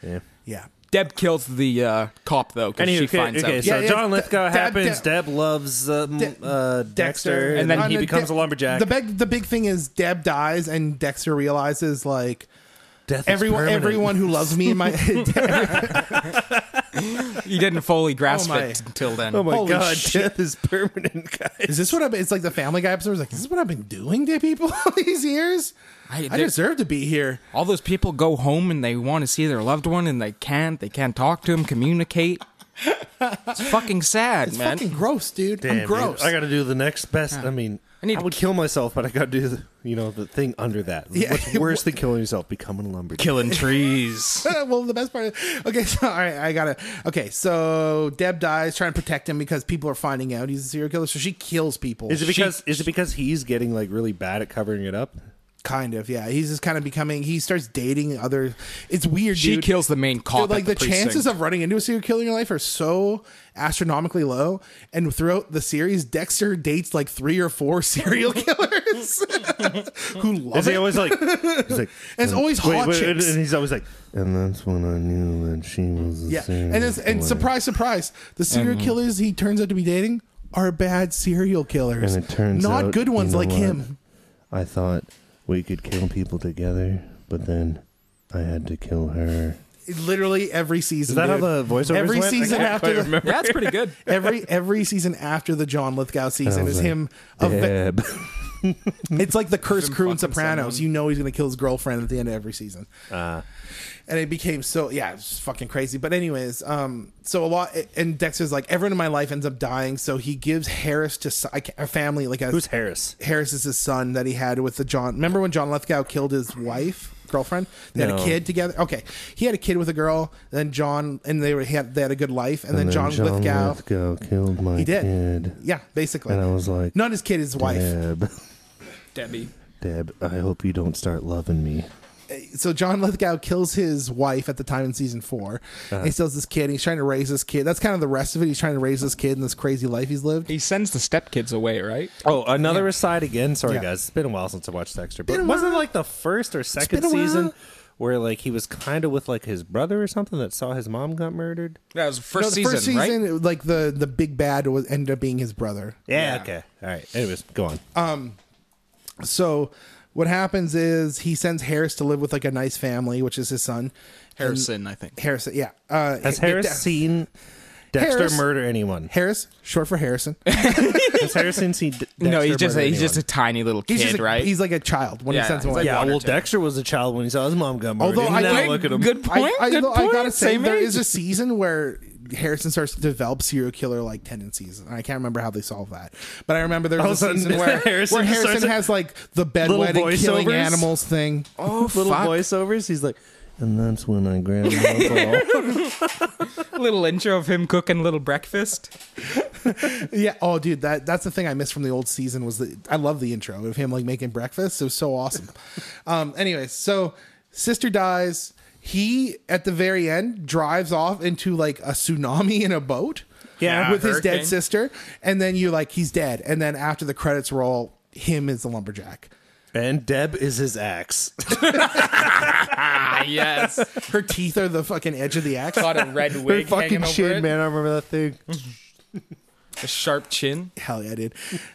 Yeah. yeah. Deb kills the uh, cop though because Anyway, okay, she finds okay, out. so Yeah, yeah, John De- Lithgow Deb- happens. Deb- Deb loves um, uh, Dexter, and then Uh, he no, becomes De- a lumberjack. The big, the big thing is Deb dies, and Dexter realizes like Death is everyone, permanent. everyone who loves me, in my You didn't fully grasp my- it until then. Oh my Holy god, shit. death is permanent, guys. is this what I've? It's like the Family Guy episode. It's like, is this what I've been doing to people all these years? I- I, there- deserve to be here. All those people go home and they want to see their loved one and they can't. They can't talk to him, communicate. It's fucking sad, It's man. fucking gross, dude. Damn, I'm dude. gross. I got to do the next best. I mean, I I, need to would kill myself, but I got to do the, you know the thing under that. Yeah. What's worse than killing yourself? Becoming a lumberjack. Killing trees. well, the best part. Is, okay, so all right, I got it. Okay, so Deb dies trying to protect him because people are finding out he's a serial killer. So she kills people. Is it because is it because he's getting like really bad at covering it up? kind of? Yeah, he's just kind of becoming. He starts dating other. It's weird. she dude. kills the main cop. Dude, like at the, the, chances precinct. of running into a serial killer in your life are so astronomically low. And throughout the series, Dexter dates like three or four serial killers who Is love he it. always like? He's like um, And it's always hot chicks. and he's always like. And that's when I knew that she was. A yeah, and it's, and surprise, surprise, the serial Mm-hmm. killers he turns out to be dating are bad serial killers, And it turns not out, good you ones know like what? him. I thought we could kill people together, but then I had to kill her. literally every season. that how dude. the voiceovers Every went? I season can't after quite the, remember. Yeah, that's pretty good. every every season after the John Lithgow season Sounds is like him. A ve- Deb. it's like the cursed Him crew in fucking Sopranos. someone. You know he's gonna kill his girlfriend at the end of every season. Uh. and it became so yeah, it's just fucking crazy. But anyways, um, so a lot and Dexter's like everyone in my life ends up dying, so he gives Harris to s- I ca- a family like as, Who's Harris? Harris is his son that he had with the John. Remember when John Lithgow killed his wife, girlfriend? They had a No. kid together. Okay, he had a kid with a girl. Then John and they were he had, they had a good life, and, then, John, Lithgow, killed my he did. Yeah, basically. And I was like, not his kid, his wife. Deb, Debbie. Deb, I hope you don't start loving me. So John Lithgow kills his wife at the time in season 4 Uh-huh. And he steals this kid. And he's trying to raise this kid. That's kind of the rest of it. He's trying to raise this kid in this crazy life he's lived. He sends the stepkids away, right? Oh, another aside again. Sorry, Yeah. guys. It's been a while since I watched Dexter, Been a but wasn't it while. like the first or second been a season while. where like he was kind of with like his brother or something that saw his mom got murdered? That was the No, the first, season, first right? season, it was like the the big bad was ended up being his brother. Yeah. Yeah. Okay. All right. Anyways, go on. So what happens is he sends Harris to live with like a nice family, which is his son. Harrison, I think. Harrison, yeah. Uh, Has it- Harris it- seen Dexter Harris- murder anyone? Harris, short for Harrison. Has Harrison seen? D- Dexter no, he's just murder he's just a anyone? tiny little kid, He's just a, right? He's like a child when Yeah, he sends him he's away. like yeah, water well, check. Dexter was a child when he saw his mom got murdered. Although I now think- look at him. Good point. I, I, good I point. gotta say, Same there age. is a season where Harrison starts to develop serial killer like tendencies, and I can't remember how they solve that. But I remember there All was of a a sudden, season where Harrison Harrison, where just Harrison starts- has like the Little bedwetting killing voiceovers? animals thing. Oh, little fuck. voiceovers. He's like, and that's when I grabbed my ball. little intro of him cooking little breakfast. Yeah. Oh, dude, that that's the thing I missed from the old season was the I love the intro of him like making breakfast. It was so awesome. um. Anyways, so sister dies. He at the very end drives off into like a tsunami in a boat. Yeah, with his dead hurricane. sister, and then you like he's dead, and then after the credits roll, him is the lumberjack. and Deb is his axe. Ah, yes. Her teeth are the fucking edge of the axe. Got a red Her wig hanging fucking over shit, it. man. I remember that thing. A sharp chin. Hell yeah, dude.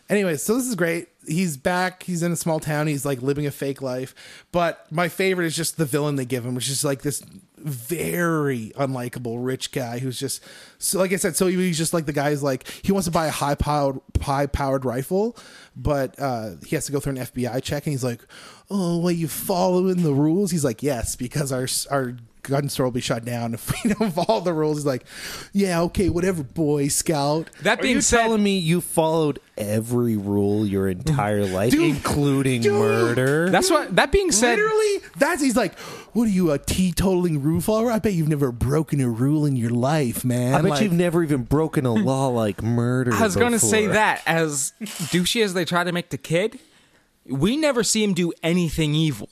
Anyway, so this is great. He's back. He's in a small town. He's like living a fake life. But my favorite is just the villain they give him, which is like this very unlikable rich guy who's just so like I said, so he's just like the guy who's like he wants to buy a high powered high powered rifle, but uh he has to go through an FBI check and he's like, Oh, well you following the rules? He's like, Yes, because our our gun store will be shut down if we don't follow the rules. He's like, Yeah, okay, whatever, boy scout. That Are being you said, telling me you followed every rule your entire life, Dude, including dude. murder? that's what. That being said, Literally, that's he's like, what are you a teetotaling rule follower? I bet you've never broken a rule in your life, man. I bet Like, you've never even broken a law like murder. I was going to say before. that as douchey as they try to make the kid, we never see him do anything evil.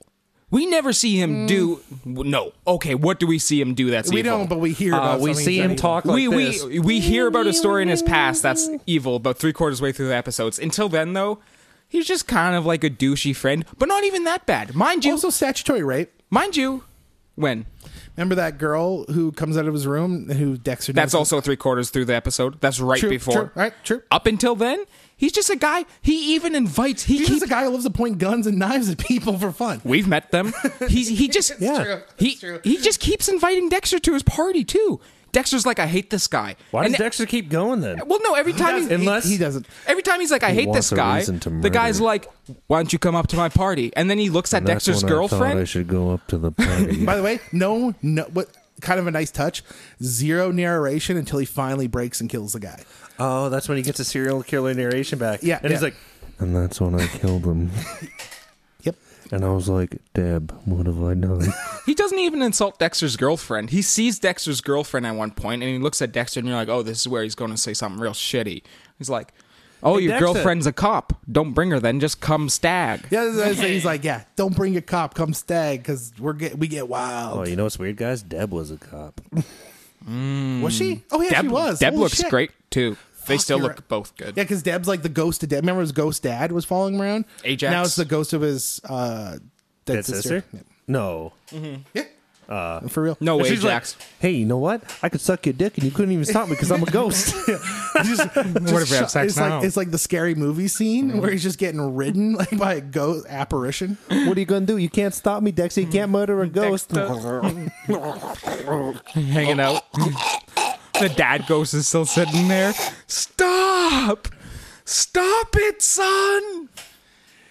We never see him do no. Okay, what do we see him do? That's Mm. we evil? don't, but we hear. Uh, about we something see that him he- talk like we, this. we we hear about a story in his past that's evil about three quarters way through the episodes. Until then, though, he's just kind of like a douchey friend, but not even that bad, mind you. Also, statutory rape. mind you, when Remember that girl who comes out of his room and who Dexter? that's knows- also three quarters through the episode. That's right True, before. true, right, true. Up until then, he's just a guy. He even invites. He He's keeps just a guy who loves to point guns and knives at people for fun. We've met them. He's he just Yeah. true. he he just keeps inviting Dexter to his party too. Dexter's like, I hate this guy. Why does And- Dexter keep going then? Well, no, every time he, Unless he doesn't. every time he's like, I hate wants this a guy. reason to The guy's murder. like, Why don't you come up to my party? And then he looks at Dexter's girlfriend. should go up to the party. By the way, no, no, what kind of a nice touch? Zero narration until he finally breaks and kills the guy. oh, that's when he gets a serial killer narration back. Yeah, and he's yeah. like, And that's when I killed him. Yep. And I was like, Deb, what have I done? He doesn't even insult Dexter's girlfriend. He sees Dexter's girlfriend at one point, and he looks at Dexter, and you're like, Oh, this is where he's going to say something real shitty. He's like, Oh, your Dexter. girlfriend's a cop. Don't bring her then. Just come stag. Yeah, that's what I say. he's like, yeah, don't bring your cop, come stag, because we're get we get wild. "Oh, you know what's weird, guys? Deb was a cop. Was she? Oh yeah, Mm. Deb, she was. Deb Holy looks shit. great too. they Fuck, still you're look right. both good. Yeah, because Deb's like the ghost of Deb. Remember his ghost dad was following him around. Ajax. Now it's the ghost of his uh, dead, Dead sister? Uh, Yeah. No, Yeah. for real. No way, she's like, Jax. Hey, you know what? I could suck your dick and you couldn't even stop me because I'm a ghost. Just- What if we have shut- sex it's now? Mm-hmm. Like, it's like the scary movie scene where he's just getting ridden like by a ghost apparition. what are you going to do? You can't stop me, Dexter. You Mm-hmm. can't murder a ghost. hanging out. the dad ghost is still sitting there. Stop! Stop it, son!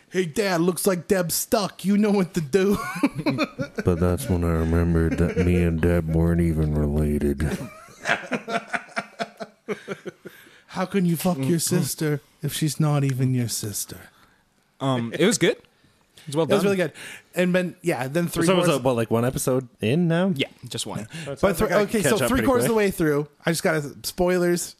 Hey, Dad, looks like Deb's stuck. You know what to do. but that's when I remembered that me and Deb weren't even related. How can you fuck Mm-hmm. your sister if she's not even your sister? Um, it was good. It's well That done. was really good. And then yeah, then three. So it's quarters- uh, what, like one episode in now? Yeah, just one. But like three I okay, can so catch up three pretty quarters of the quick. way through, I just got to spoilers,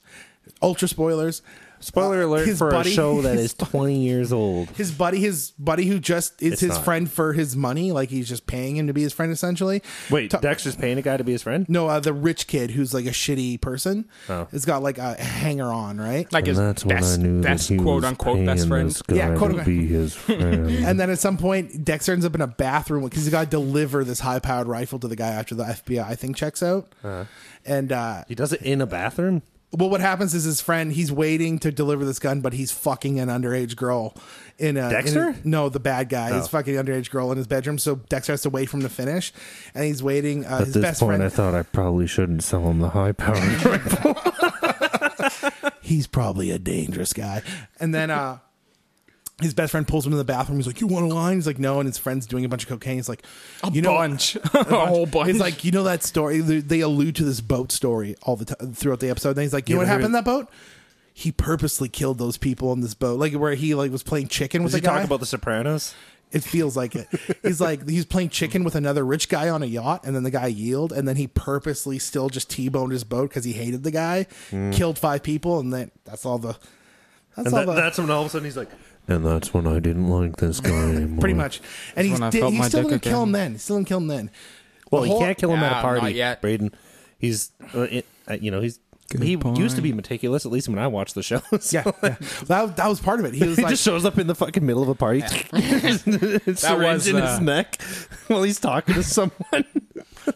ultra spoilers. Spoiler Uh, alert his for buddy- a show that is 20 years old. his buddy, his buddy who just is It's his not. friend for his money, like he's just paying him to be his friend essentially. Wait, Ta- Dexter's paying a guy to be his friend? no, uh, the rich kid who's like a shitty person. Oh. It's got like a hanger on, right? And Like his that's when I best, knew best that he quote was unquote paying best friend. this guy Yeah, quote to unquote. be his friend. And then at some point, Dexter ends up in a bathroom because he's got to deliver this high-powered rifle to the guy after the FBI thing checks out. Uh-huh. And uh, He does it in a bathroom? well, what happens is his friend he's waiting to deliver this gun, but he's fucking an underage girl in a Dexter? in a- no, the bad guy Oh. is fucking an underage girl in his bedroom. So Dexter has to wait for him to finish, and he's waiting. Uh, At his this best point, friend. I thought I probably shouldn't sell him the high power. he's probably a dangerous guy. And then uh his best friend pulls him to the bathroom. He's like, "You want a line?" He's like, "No." And his friend's doing a bunch of cocaine. He's like, A you know, bunch. A whole bunch. He's like, "You know that story? They they allude to this boat story all the time throughout the episode." And he's like, "You know what ever happened in that boat?" He purposely killed those people on this boat, like where he like was playing chicken with Does he a guy. talk about The Sopranos? It feels like it. He's like he's playing chicken with another rich guy on a yacht, and then the guy yielded, and then he purposely still just t-boned his boat because he hated the guy, killed five people, and then that's all the. That's Mm. And all that, the. that's when all of a sudden he's like, and that's when I didn't like this guy anymore. pretty much, and he's when I did, felt he my still dick didn't kill again. him then. He still didn't kill him then. well, The he whole- can't kill him at Nah, a party. not yet. Braden, he's, uh, it, uh, you know, he's. he point. used to be meticulous, at least when I watched the show. Yeah, yeah. That, that was part of it. He was He like, just shows up in the fucking middle of a party, syringe was, in uh, his neck while he's talking to someone.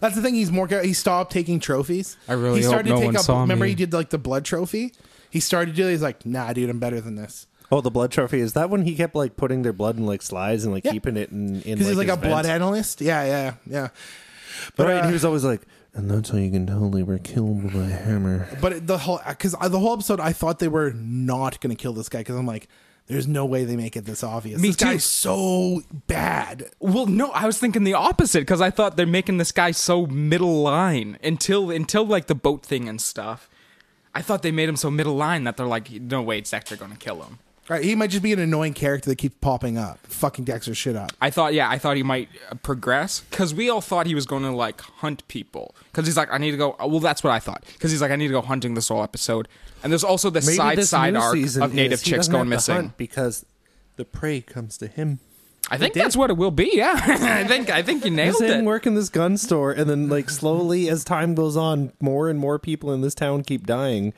that's the thing. He's more. He stopped taking trophies. I really he hope started no to take one up. saw remember, me. he did like the blood trophy. He started to do. it. He's like, nah, dude, I'm better than this. Oh, the blood trophy is that when he kept like putting their blood in like slides and like Yeah. keeping it in in Because he's like his a blood vents. analyst. Yeah, yeah, yeah. But, Right, uh, he was always like, And that's how you can tell they were killed with a hammer. But it- the whole because the whole episode, I thought they were not going to kill this guy because I'm like, there's no way they make it this obvious. Me this too. guy's so bad. Well, no, I was thinking the opposite because I thought they're making this guy so middle line until until like the boat thing and stuff. I thought they made him so middle line that they're like, no way, it's Dexter gonna kill him. Right? He might just be an annoying character that keeps popping up, fucking Dexter shit up. I thought, yeah, I thought he might uh, progress because we all thought he was going to like hunt people because he's like, I need to go. uh, Well, that's what I thought because he's like, I need to go hunting this whole episode. And there's also the Maybe side this side new arc season of native is he chicks doesn't going have to missing. hunt because the prey comes to him. I think that's what it will be. Yeah, I think I think you nailed He's in it. work in this gun store, and then like slowly as time goes on, more and more people in this town keep dying,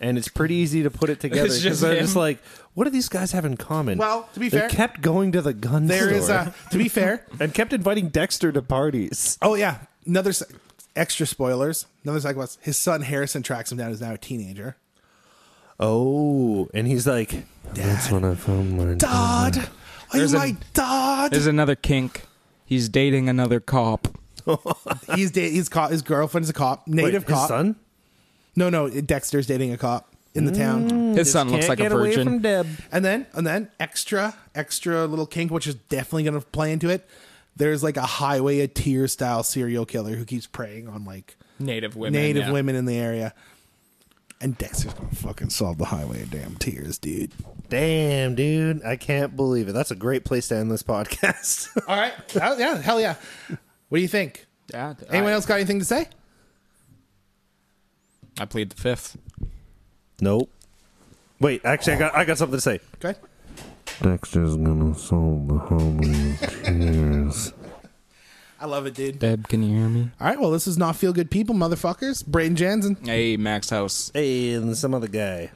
and it's pretty easy to put it together It's because just they're him. just like, what do these guys have in common? Well, to be they fair- kept going to the gun There store is, uh, to be fair. and kept inviting Dexter to parties. Oh yeah, another s- extra spoilers. Another psychopath. His son Harrison tracks him down. Who's now a teenager. Oh, and he's like, That's when I found my Dodd, are you There's a- my Dodd? There's another kink. He's dating another cop. He's da- he's caught. His girlfriend's a cop, wait, native his cop. son Mm. No, no, Dexter's dating a cop in the town. His son looks can't like a get away virgin. from Deb. And then, and then, extra, extra little kink, which is definitely going to play into it. There's like a highway of tears style serial killer who keeps preying on like Native women. native yeah. women in the area. And Dexter's going to fucking solve the highway of damn tears, dude. Damn, dude. I can't believe it. That's a great place to end this podcast. All right. Oh, yeah. Hell yeah. What do you think? Yeah, Anyone I, else got anything to say? I plead the fifth. nope. Wait, actually, I got I got something to say. Okay. Dexter's gonna solve the homie tears. I love it, dude. Deb, can you hear me? All right. Well, this is Not Feel Good People, motherfuckers. Braden Jansen. Hey, Max House. Hey, and some other guy.